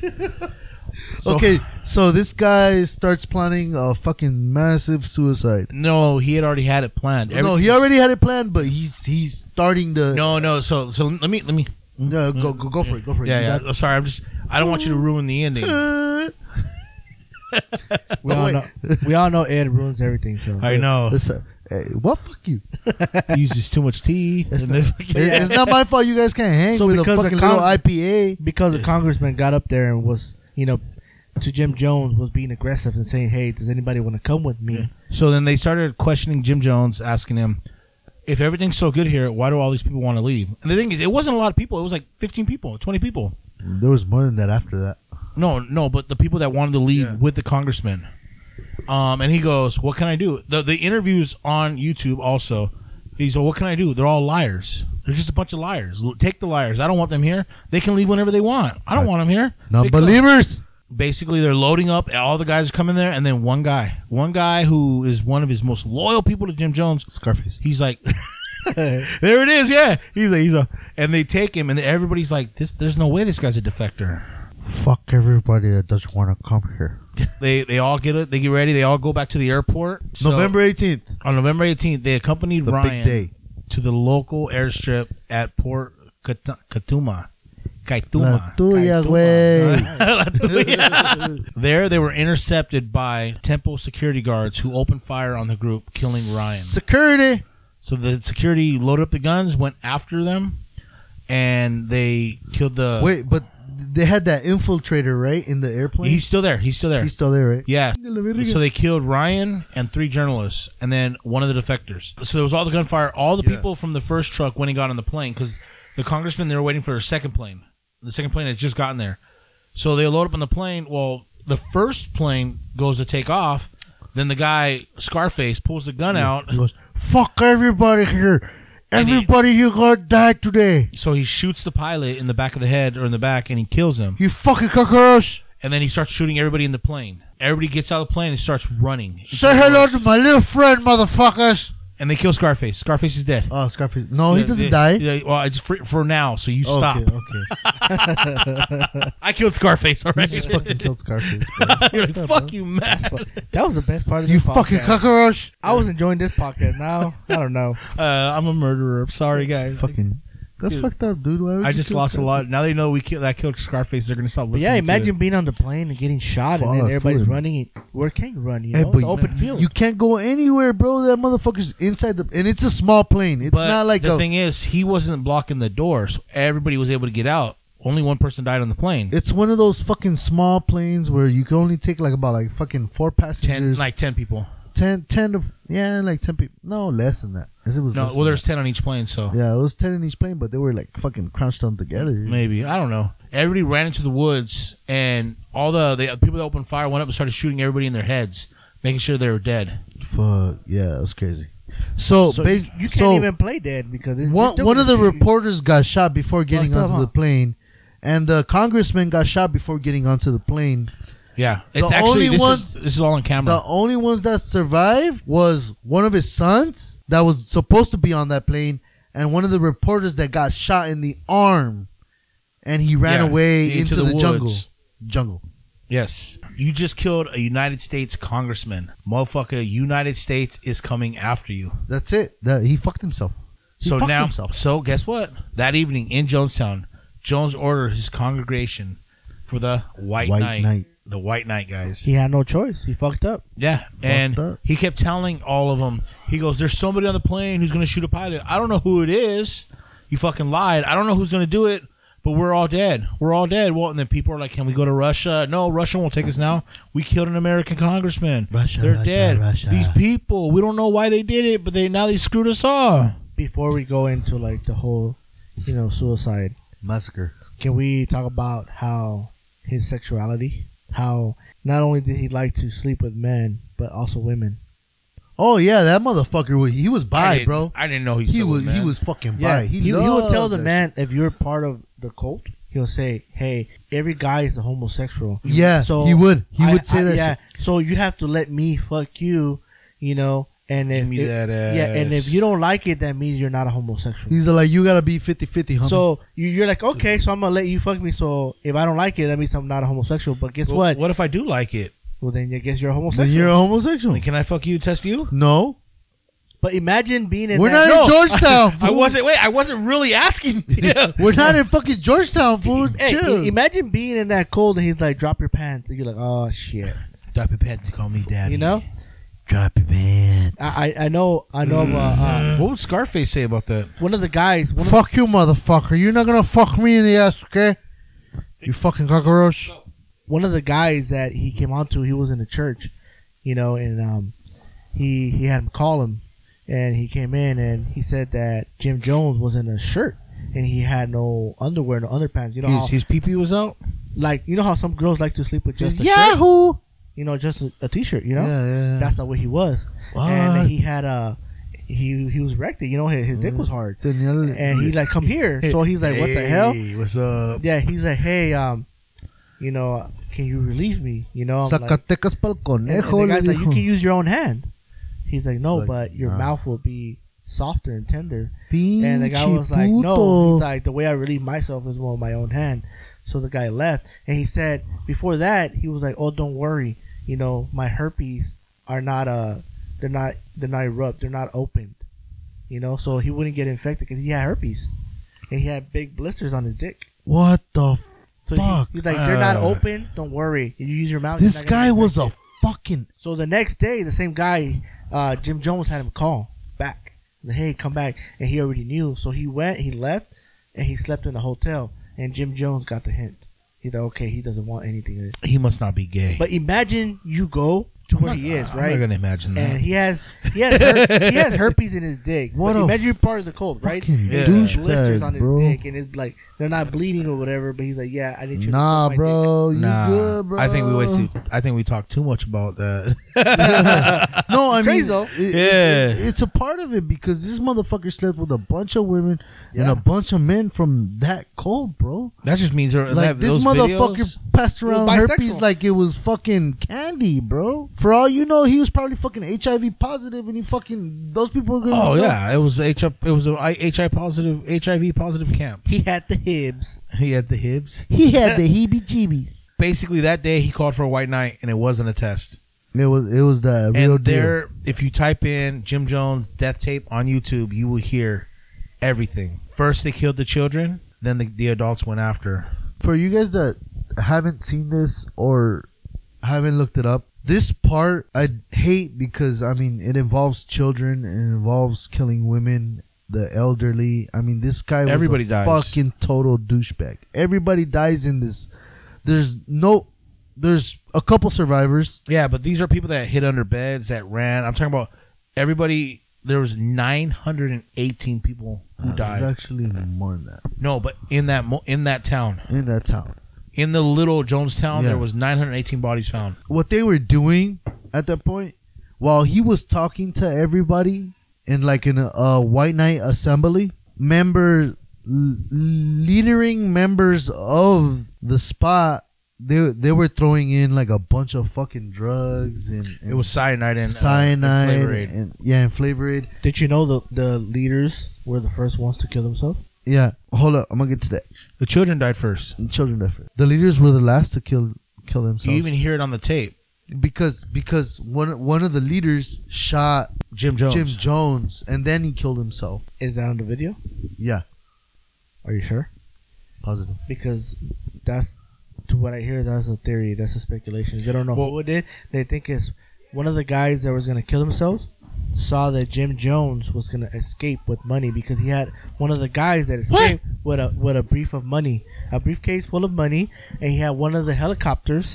S3: So-
S2: Okay, so this guy starts planning a fucking massive suicide.
S3: No, he had already had it planned.
S2: no,
S3: Every-
S2: he already had it planned, but he's he's starting the.
S3: no, no. So, so let me, let me.
S2: No, go, go go for it. Go for it.
S3: Yeah,
S2: You
S3: yeah.
S2: got-
S3: I'm sorry. I'm just. I don't want you to ruin the ending. [laughs]
S4: We
S2: Oh,
S4: all
S2: wait.
S4: know. We all know Ed ruins everything. So
S3: I know.
S2: Listen, hey, what fuck you?
S3: he uses too much teeth.
S2: It's
S3: [laughs] and
S2: not,
S3: the-
S2: it- it's not my fault. You guys can't hang
S4: So
S2: with a
S4: because the
S2: fucking
S4: con-
S2: little IPA.
S4: because the congressman got up there and was, you know, to Jim Jones was being aggressive and saying, "Hey, does anybody want to come with me?"
S3: so then they started questioning Jim Jones, asking him, "If everything's so good here, why do all these people want to leave?" And the thing is, it wasn't a lot of people. It was like 15 people, 20 people.
S2: There was more than that after that.
S3: No, no, but the people that wanted to leave
S2: Yeah.
S3: with the congressman. Um, and he goes, "What can I do?" The the interviews on YouTube also. He's like, "What can I do?" They're all liars. They're just a bunch of liars. L- Take the liars. I don't want them here. They can leave whenever they want. I don't want them here. They go.
S2: Non-believers.
S3: basically they're loading up and all the guys are coming there and then one guy one guy who is one of his most loyal people to jim jones
S2: Scarface.
S3: he's like [laughs] there it is yeah he's like he's a and they take him and everybody's like this there's no way this guy's a defector
S5: Fuck everybody that doesn't want to come here.
S3: they they all get it they get ready they all go back to the airport So,
S2: November 18th,
S3: on november 18th they accompanied
S2: the big
S3: ryan
S2: day.
S3: to the local airstrip at port Kat- katuma
S2: La
S3: kaituma
S2: tuya, güey.
S3: There, they were intercepted by temple security guards who opened fire on the group, killing Ryan.
S2: Security.
S3: So the security loaded up the guns, went after them, and they killed the.
S2: Wait, but they had that infiltrator, right, in the airplane?
S3: he's
S2: He's,
S3: still there. He's still there.
S2: still there, right?
S3: yeah. So they killed Ryan and three journalists, and then one of the defectors. So there was all the gunfire. All the people from the first truck when he got on the plane, because the congressman they were waiting for their second plane. The second plane had just gotten there. So they load up on the plane. Well, the first plane goes to take off. Then the guy Scarface pulls the gun out.
S5: He goes, fuck everybody here. Everybody here gonna die today.
S3: So he shoots the pilot in the back of the head or in the back, and he kills him.
S5: You fucking cockroach.
S3: And then he starts shooting everybody in the plane. Everybody gets out of the plane and starts running.
S5: Say hello to my little friend, motherfuckers.
S3: And they kill Scarface. Scarface is dead.
S2: Oh, Scarface. No, he
S3: Yeah,
S2: doesn't
S3: yeah,
S2: die.
S3: yeah, well, it's for, for now, so you
S2: Oh,
S3: stop.
S2: Okay, okay.
S3: I killed Scarface
S2: He
S3: already.
S2: just fucking killed Scarface. bro.
S3: [laughs] You're like, fuck you, Matt.
S4: That was the best part of
S2: you
S4: this
S2: fucking
S4: podcast.
S2: cockroach.
S4: I was enjoying this podcast. Now I don't know.
S3: Uh, I'm a murderer. I'm sorry, guys.
S2: Fucking. That's
S3: Dude.
S2: fucked up, dude. Why would
S3: I
S2: you
S3: just
S2: kill
S3: lost a
S2: Scarface?
S3: lot. Now they know we killed, that killed Scarface. They're gonna stop
S4: But
S3: listening.
S4: yeah,
S3: to
S4: imagine
S3: it.
S4: being on the plane and getting shot,
S2: Fuck,
S4: and then everybody's
S2: dude.
S4: running. Where can you run? You
S2: Hey,
S4: know,
S2: but
S4: it's open
S2: you-
S4: field.
S2: You can't go anywhere, bro. That motherfucker's inside the, and it's a small plane. It's
S3: But
S2: not like
S3: the
S2: a.
S3: thing is, he wasn't blocking the door, so everybody was able to get out. Only one person died on the plane.
S2: it's one of those fucking small planes where you can only take like about like fucking four
S3: Ten,
S2: passengers,
S3: like ten people.
S2: 10, 10 to yeah, like ten people. No, less than that. 'Cause it was
S3: No,
S2: less
S3: well,
S2: than
S3: there's ten on each plane, so
S2: that. yeah, it was ten in each plane, but they were like fucking crunched on together.
S3: Maybe I don't know. Everybody ran into the woods, and all the, the people that opened fire went up and started shooting everybody in their heads, making sure they were dead.
S2: Fuck yeah, it was crazy. So,
S4: so
S2: bas-
S4: you, you can't
S2: so
S4: even play dead because it's,
S2: one
S4: it's
S2: one of the
S4: different.
S2: reporters got shot before getting
S4: Fucked up,
S2: onto the
S4: huh?
S2: plane, and the congressman got shot before getting onto the plane.
S3: Yeah, it's
S2: The
S3: actually
S2: only
S3: this,
S2: ones-
S3: is, this is all on camera.
S2: The only ones that survived was one of his sons that was supposed to be on that plane, and one of the reporters that got shot in the arm, and he ran
S3: Yeah,
S2: away
S3: into
S2: into,
S3: the
S2: the, jungle.
S3: woods.
S2: Jungle.
S3: yes, you just killed a United States congressman, motherfucker. United States is coming after you.
S2: That's it. That he fucked himself. He
S3: so
S2: fucked
S3: now,
S2: himself.
S3: so guess what? That evening in Jonestown, Jones ordered his congregation for the White,
S2: White
S3: Knight.
S2: Knight.
S3: The White Knight guys.
S4: He had no choice. He fucked up.
S3: Yeah, and
S2: up.
S3: he kept telling all of them. He goes, "There's somebody on the plane who's going to shoot a pilot. I don't know who it is. You fucking lied. I don't know who's going to do it, but we're all dead. We're all dead." Well, and then people are like, "Can we go to Russia? No, Russia won't take us now. We killed an American congressman.
S2: Russia,
S3: they're
S2: Russia,
S3: dead.
S2: Russia."
S3: These people, we don't know why they did it, but they now they screwed us all."
S4: Before we go into like the whole, you know, suicide.
S2: Massacre.
S4: can we talk about how his sexuality how not only did he like to sleep with men but also women
S2: Oh yeah, that motherfucker. was- He was
S3: I
S2: by,
S3: didn't-
S2: bro.
S3: I didn't know he,
S2: He
S3: sold,
S2: was he
S3: man.
S2: was fucking by.
S4: he,
S2: He,
S4: he would
S2: loved
S4: tell the
S2: that
S4: man if you're part of the cult he'll say hey every guy is a homosexual
S2: shit. Yeah,
S4: so
S2: he would. He
S4: I-
S2: would say
S4: I-
S2: that.
S4: yeah
S2: shit.
S4: so you have to let me fuck you you know and if,
S3: me
S4: if-
S3: that
S4: yeah and
S3: ass.
S4: if you don't like it that means you're not a homosexual
S2: He's like, you gotta be 50-50, homie.
S4: so you, you're like okay so i'm gonna let you fuck me so if i don't like it that means i'm not a homosexual but guess
S3: Well,
S4: what
S3: What if I do like it?
S4: well then i guess you're a homosexual
S2: then you're a homosexual.
S3: Like, Can I fuck you? Test you?
S2: No,
S4: But imagine being in
S2: we're
S4: that.
S2: not in
S4: [laughs]
S2: Georgetown.
S3: I
S2: fool.
S3: wasn't. Wait, I wasn't really asking. Yeah.
S2: [laughs] We're not in fucking Georgetown, fool.
S4: Hey,
S2: Chill.
S4: i- imagine being in that cold and he's like, "Drop your pants," and you're like, "Oh shit,"
S3: Drop your pants and call me daddy.
S4: you know.
S2: Drop your pants.
S4: I I I know I know of, uh, uh,
S3: What would Scarface say about that?
S4: one of the guys. One of the,
S2: Fuck you, motherfucker. You're not gonna fuck me in the ass, okay? You fucking cockroach.
S4: one of the guys that he came onto, he was in the church, you know, and um, he he had him call him, and he came in and he said that Jim Jones was in a shirt and he had no underwear, no underpants. You know, how,
S3: His, his pee pee was out.
S4: like you know how some girls like to sleep with just a shirt,
S2: Yahoo.
S4: you know, just a, a t-shirt, you know.
S2: Yeah, yeah. yeah.
S4: That's the way he was.
S2: What?
S4: And he had a he he was erected. You know, his, his dick
S2: Mm.
S4: was hard,
S2: Then the other-
S4: and he like come here. So he's like, what the hell?
S5: Hey, what's up?
S4: Yeah, he's like, hey, um, you you know, can you relieve me? You know, I'm like,
S2: Zacatecas pa'l
S4: and, and
S2: conejo.
S4: the
S2: le
S4: guy's like, you
S2: [laughs] dijo.
S4: can use your own hand. He's like, no,
S2: Like,
S4: but your
S2: nah.
S4: mouth will be softer and tender.
S2: Pinche
S4: And the guy was like,
S2: puto.
S4: no. He's like, the way I relieve myself is with my own hand. So the guy left. And he said, before that, he was like, oh, don't worry. You know, my herpes are not, uh, they're not, they're not erupt. They're not opened. You know, so he wouldn't get infected because he had herpes. And he had big blisters on his dick.
S2: what the
S4: So he-
S2: fuck?
S4: he's like, they're not
S3: Uh.
S4: open. Don't worry. You use your mouth. you're
S2: this
S4: not gonna
S2: guy
S4: get
S2: was a
S4: infected."
S2: fucking
S4: So the next day, the same guy, uh, Jim Jones, had him call back. Like, hey, come back. And he already knew. So he went, he left, and he slept in a hotel. And Jim Jones got the hint. He's like, okay, he doesn't want anything. of this."
S3: He must not be gay.
S4: But imagine you go to
S3: I'm
S4: where
S3: not-
S4: he is,
S3: I'm
S4: right?
S3: not gonna imagine that.
S4: and he has he has her- he has herpes in his dick.
S2: What
S4: But
S2: a
S4: imagine you're part of the cold, right?
S2: fucking
S4: There's
S2: douchebag,
S4: blisters on his
S2: bro.
S4: dick, and it's like they're not bleeding or whatever. But he's like, yeah, I need you. to
S2: nah,
S4: suck my dick."
S2: bro. oh, You
S3: nah,
S2: good, bro?
S3: I think we wasted. I think we talked too much about that.
S2: No, I mean,
S4: Crazy, though.
S2: it- it-
S3: Yeah.
S2: it- it's a part of it because this motherfucker slept with a bunch of women and a bunch of men from that cold, bro.
S3: [laughs] that just means her-
S2: Like
S3: that-
S2: this
S3: those
S2: motherfucker
S3: videos-
S2: passed around
S4: bisexual.
S2: herpes like it was fucking candy, bro. For all you know, he was probably fucking HIV positive, and he fucking those people. Are gonna
S3: Oh
S2: know.
S3: yeah, it was H. It was a I- HI positive HIV positive camp.
S4: He had the hibs.
S3: He had the hibs.
S2: he had the heebie-jeebies.
S3: Basically, that day he called for a white night, and it wasn't a test.
S2: It was it was the real
S3: and
S2: deal.
S3: there, if you type in Jim Jones death tape on YouTube, you will hear everything. First, they killed the children. Then the, the adults went after.
S2: For you guys that haven't seen this or haven't looked it up, this part I hate because I mean it involves children and it involves killing women, the elderly. I mean this guy was
S3: Everybody
S2: a
S3: dies.
S2: fucking total douchebag. Everybody dies in this. There's no there's a couple survivors.
S3: Yeah, but these are people that hid under beds, that ran. I'm talking about everybody. There was 918 people who
S2: Uh,
S3: died.
S2: There's actually more than that
S3: No, but in that mo- in that town,
S2: in that town.
S3: in the little Jonestown,
S2: Yeah.
S3: there was 918 bodies found.
S2: what they were doing at that point while he was talking to everybody in like in a, a white knight assembly member l- leadering members of the spot they they were throwing in like a bunch of fucking drugs and, and
S3: It was cyanide and uh,
S2: cyanide
S3: and
S2: and
S3: Flavor Aid.
S2: yeah and flavor aid
S4: Did you know the the leaders were the first ones to kill themselves?
S2: yeah hold up i'm gonna get to that
S3: The children died first.
S2: children effort the leaders were the last to kill kill themselves
S3: You even hear it on the tape.
S2: because because one one of the leaders shot
S3: Jim Jones.
S2: Jim Jones, and then he killed himself.
S4: Is that on the video?
S2: Yeah,
S4: Are you sure?
S2: positive.
S4: Because that's to what I hear. That's a theory. That's a speculation. They don't know
S3: Well-
S4: who it did. They think it's one of the guys that was gonna kill themselves. Saw that Jim Jones was gonna escape with money because he had one of the guys that escaped with a with a brief of money, a briefcase full of money, and he had one of the helicopters.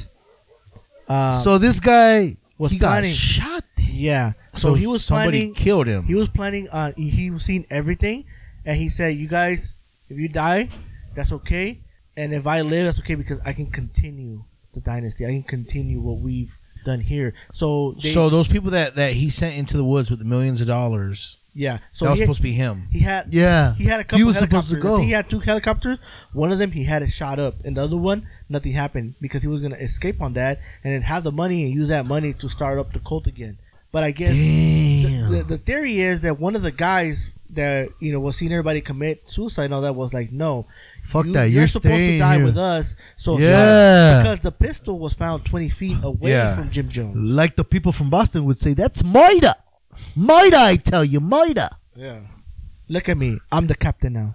S4: Uh,
S2: so this guy,
S4: was
S2: he got
S4: planning-
S2: shot.
S4: yeah, so, he was
S3: somebody
S4: planning.
S3: killed him.
S4: He was planning on. He he was seeing everything, and he said, "You guys, if you die, that's okay, and if I live, that's okay because I can continue the dynasty. I can continue what we've done here." So, they,
S3: so those people that that he sent into the woods with the millions of dollars,
S4: yeah, so
S3: that was
S4: he,
S3: supposed to be him.
S4: he had
S2: Yeah,
S4: he had a couple.
S2: He was supposed to
S4: helicopters. I think
S2: go.
S4: He had two helicopters. One of them he had it shot up, and the other one nothing happened because he was gonna escape on that and then have the money and use that money to start up the cult again. But I guess the, the, the theory is that one of the guys that you know was seeing everybody commit suicide and all that was like, no,
S2: Fuck
S4: you,
S2: that.
S4: You're,
S2: You're
S4: supposed to
S2: staying
S4: die
S2: here."
S4: with us. So
S2: Yeah.
S4: because the pistol was found twenty feet away
S3: Yeah.
S4: from Jim Jones.
S2: Like the people from Boston would say, that's Maida. Maida, I tell you, Maida. [laughs]
S4: Yeah. Look at me. I'm the captain now.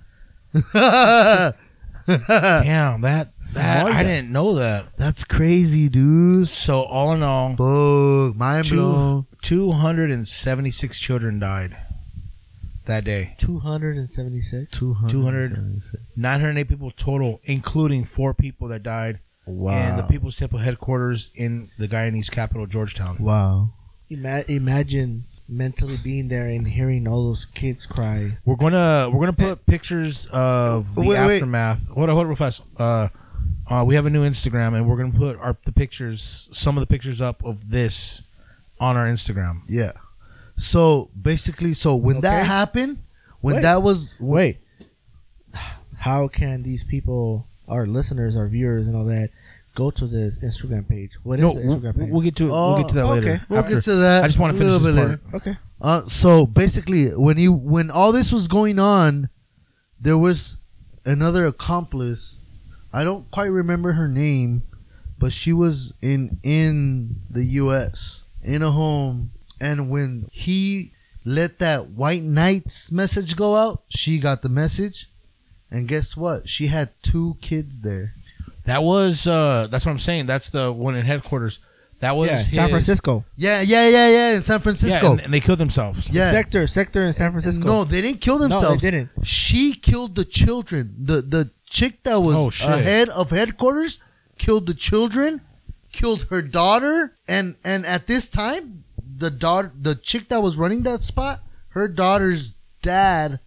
S4: Uh,
S3: Damn, that, that I didn't know that.
S2: That's crazy, dude.
S3: So all in all,
S2: Fuck, mind blown.
S3: two, 276 children died that day.
S4: Two hundred and seventy six.
S2: 200.
S3: 908 people total, including four people that died
S2: Wow.
S3: in the People's Temple headquarters in the Guyanese capital, Georgetown.
S2: wow.
S4: Ima- imagine mentally being there and hearing all those kids cry.
S3: We're gonna we're gonna put pictures of the
S2: Eh. Wait, wait.
S3: aftermath. Hold on, hold on, real fast. Uh, uh, we have a new Instagram, and we're gonna put our the pictures, some of the pictures up of this on our Instagram.
S2: Yeah. So basically, so when that
S4: Okay.
S2: happened, when
S4: Wait.
S2: that was
S4: Wait, how can these people, our listeners, our viewers, and all that, go to this Instagram page. What is
S3: No,
S4: the
S3: we'll,
S4: Instagram page?
S3: we'll get to it.
S2: Oh,
S3: we'll get to that
S4: okay.
S3: later.
S2: We'll
S3: after.
S2: get to that.
S3: I just want
S2: a
S3: to finish
S2: little
S3: this
S2: bit
S3: part.
S2: later.
S4: okay.
S2: Uh, so basically, when he when all this was going on, there was another accomplice. I don't quite remember her name, but she was in in the U.S. in a home, and when he let that white knight's message go out, she got the message, and guess what? She had two kids there.
S3: That was uh that's what I'm saying. That's the one in headquarters. That was
S4: Yeah,
S3: his-
S4: San Francisco.
S2: Yeah, yeah, yeah, yeah. In San
S3: Yeah,
S2: Francisco.
S3: and, and they killed themselves.
S2: Yeah.
S4: Sector, sector in San Francisco.
S2: No, they didn't kill themselves.
S4: didn't.
S2: She killed the children. The the chick that was
S3: Oh, shit.
S2: ahead of headquarters killed the children, killed her daughter, and and at this time, the daughter, the chick that was running that spot, her daughter's dad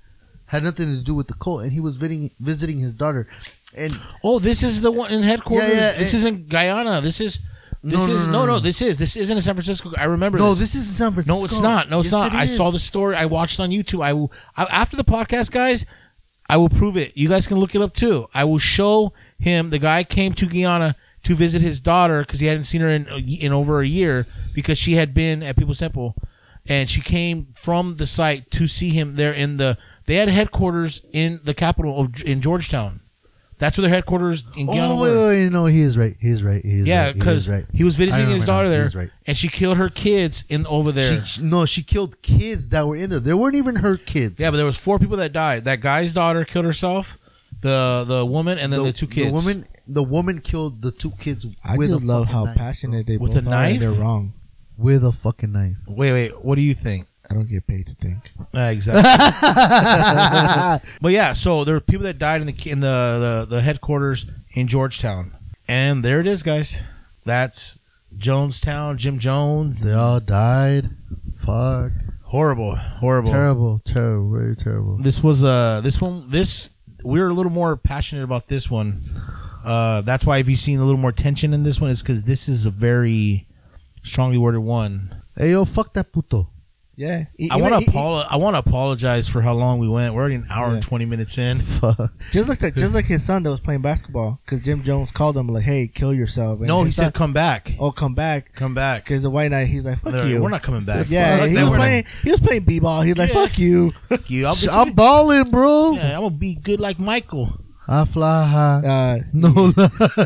S2: had nothing to do with the cult, and he was visiting visiting his daughter. And
S3: Oh, this is the one in headquarters.
S2: Yeah, yeah,
S3: this
S2: it-
S3: isn't Guyana. This is this
S2: No, no,
S3: is
S2: no,
S3: no,
S2: no, no.
S3: This is this isn't in San Francisco. I remember.
S2: no,
S3: this.
S2: this isn't San Francisco.
S3: No, it's not. No, it's
S2: Yes,
S3: not.
S2: it
S3: I saw
S2: is.
S3: the story. I watched on YouTube. I will I, after the podcast, guys. I will prove it. You guys can look it up too. I will show him. The guy came to Guyana to visit his daughter because he hadn't seen her in in over a year because she had been at People's Temple, and she came from the site to see him there in the. They had headquarters in the capital of in Georgetown. That's where their headquarters in Guyana.
S2: Oh
S3: were.
S2: wait, wait, wait, no, he is right. He is right. He is
S3: Yeah,
S2: right. He is
S3: because
S2: right.
S3: he was visiting
S2: I
S3: his
S2: remember
S3: daughter
S2: now. He
S3: there,
S2: is right.
S3: and she killed her kids in over there.
S2: She, no, she killed kids that were in there. They weren't even her kids.
S3: yeah, but there was four people that died. That guy's daughter killed herself, the the woman, and then the, two kids.
S2: The woman, the woman killed the two kids
S4: I
S2: with
S4: just
S2: a
S4: love
S2: fucking
S4: how
S2: knife,
S4: passionate they
S3: With
S4: both
S3: a
S4: are and
S3: knife?
S4: they're wrong.
S2: bro. with a fucking knife.
S3: [laughs]
S2: [laughs]
S3: Wait, wait. What do you think?
S4: I don't get paid to think.
S2: [laughs]
S3: Uh, exactly. but yeah, so there were people that died in the in the, the the headquarters in Georgetown, and there it is, guys. That's Jonestown. Jim Jones.
S2: They all died. Fuck.
S3: Horrible, horrible.
S2: Terrible. Terrible. Very terrible.
S3: This was uh this one this we were a little more passionate about this one. Uh that's why if you've seen a little more tension in this one is cuz this is a very strongly worded one.
S2: Hey yo, fuck that puto.
S4: Yeah. E-
S3: I
S4: even-
S3: want
S4: e-
S3: to
S4: e-
S3: apolo- I want to apologize for how long we went. We're already an hour and
S4: Yeah.
S3: 20 minutes in.
S2: Fuck.
S4: Just like that, just like his son that was playing basketball, because Jim Jones called him like, "Hey, kill yourself." And
S3: No, he
S4: his son-
S3: said come back.
S4: "Oh, come back,"
S2: [laughs]
S3: Come back.
S4: because the white knight, he's like, "Fuck
S3: They're-
S4: you."
S3: We're not coming back.
S4: Yeah,
S3: Fuck
S4: he
S3: that,
S4: was
S3: we're not-
S4: playing. He was playing b-ball. He's like,
S3: Yeah.
S4: "Fuck you."
S3: You, I'll be,
S2: I'm balling, bro.
S3: yeah, I'm gonna be good like Michael.
S2: I fly high.
S4: Uh,
S2: [laughs] No.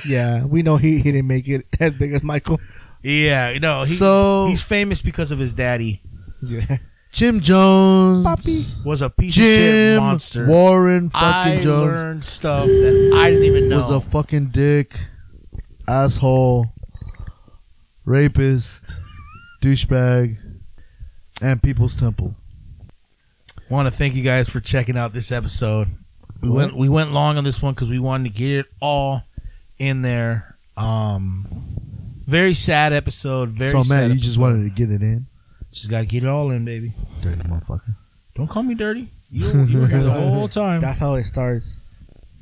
S4: yeah, we know he, he didn't make it [laughs] as big as Michael.
S3: Yeah, you know, Oh, he,
S2: So-
S3: he's famous because of his daddy.
S4: Yeah.
S2: Jim Jones.
S4: Poppy.
S3: Was a piece of shit
S2: Jim
S3: monster.
S2: Warren fucking
S3: I
S2: Jones
S3: learned stuff that I didn't even know.
S2: was a fucking dick, asshole, rapist, douchebag, and People's Temple.
S3: want to thank you guys for checking out this episode. We went we went long on this one because we wanted to get it all in there. Um, very sad episode. Very
S2: so
S3: sad.
S2: man, you just wanted to get it in.
S3: just gotta get it all in, baby.
S2: Dirty motherfucker.
S3: Don't call me dirty. You, you were here the [laughs] whole time.
S4: That's how it starts.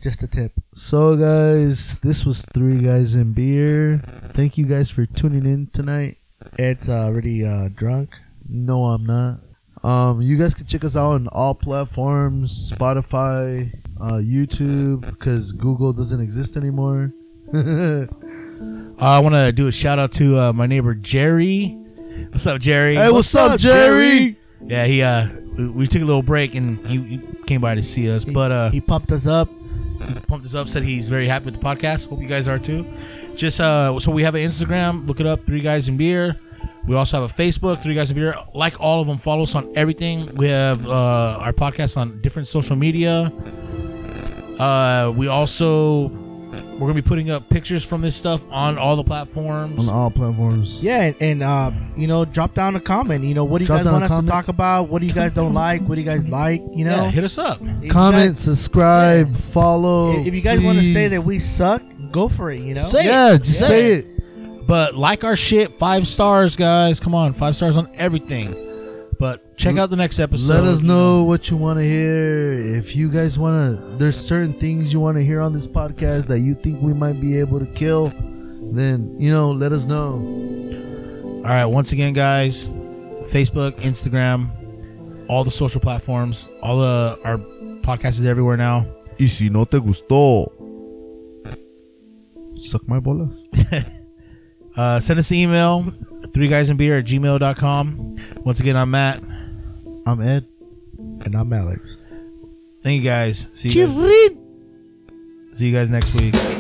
S4: Just a tip.
S2: So guys, this was three guys in beer. Thank you guys for tuning in tonight.
S4: Ed's already uh, drunk.
S2: No, I'm not. Um, you guys can check us out on all platforms, Spotify, uh, YouTube, because Google doesn't exist anymore. [laughs] hey,
S3: Uh, I want to do a shout out to uh, my neighbor Jerry. What's up, Jerry?
S2: what's, up, Jerry?
S3: Yeah, he uh, we, we took a little break and he, he came by to see us, but uh,
S4: He pumped us up.
S3: pumped us up. Said he's very happy with the podcast. Hope you guys are too. Just uh, so we have an Instagram. Look it up, Three Guys in Beer. We also have a Facebook, Three Guys in Beer. Like all of them, follow us on everything. We have uh, our podcast on different social media. Uh, we also we're gonna be putting up pictures from this stuff on all the platforms.
S2: On all platforms.
S4: Yeah, and, and uh, you know, drop down a comment. You know, what do you
S2: Drop
S4: guys
S2: down
S4: want
S2: a
S4: us to
S2: comment.
S4: talk about? What do you guys don't like? What do you guys like? You
S3: Yeah,
S4: know,
S3: hit us up.
S4: If you
S2: Comment, subscribe, follow.
S4: guys- if you guys want to say
S2: please.
S4: that we suck, go for it. You know,
S3: Say
S2: yeah,
S3: it.
S2: just
S3: Yeah.
S2: say it.
S3: But like our shit, five stars, guys. Come on, five stars on everything. But check out the next episode.
S2: Let us know what you want to hear. If you guys want to, there's certain things you want to hear on this podcast that you think we might be able to kill. Then you know, let us know.
S3: All right, once again, guys, Facebook, Instagram, all the social platforms, all the our podcast is everywhere now.
S2: Y si no te gustó, suck my bolas.
S3: uh, send us an email, three guys and beer at gmail.com. Once again, I'm Matt.
S2: I'm Ed.
S4: And I'm Alex.
S3: Thank you guys. See you guys, see you guys next week.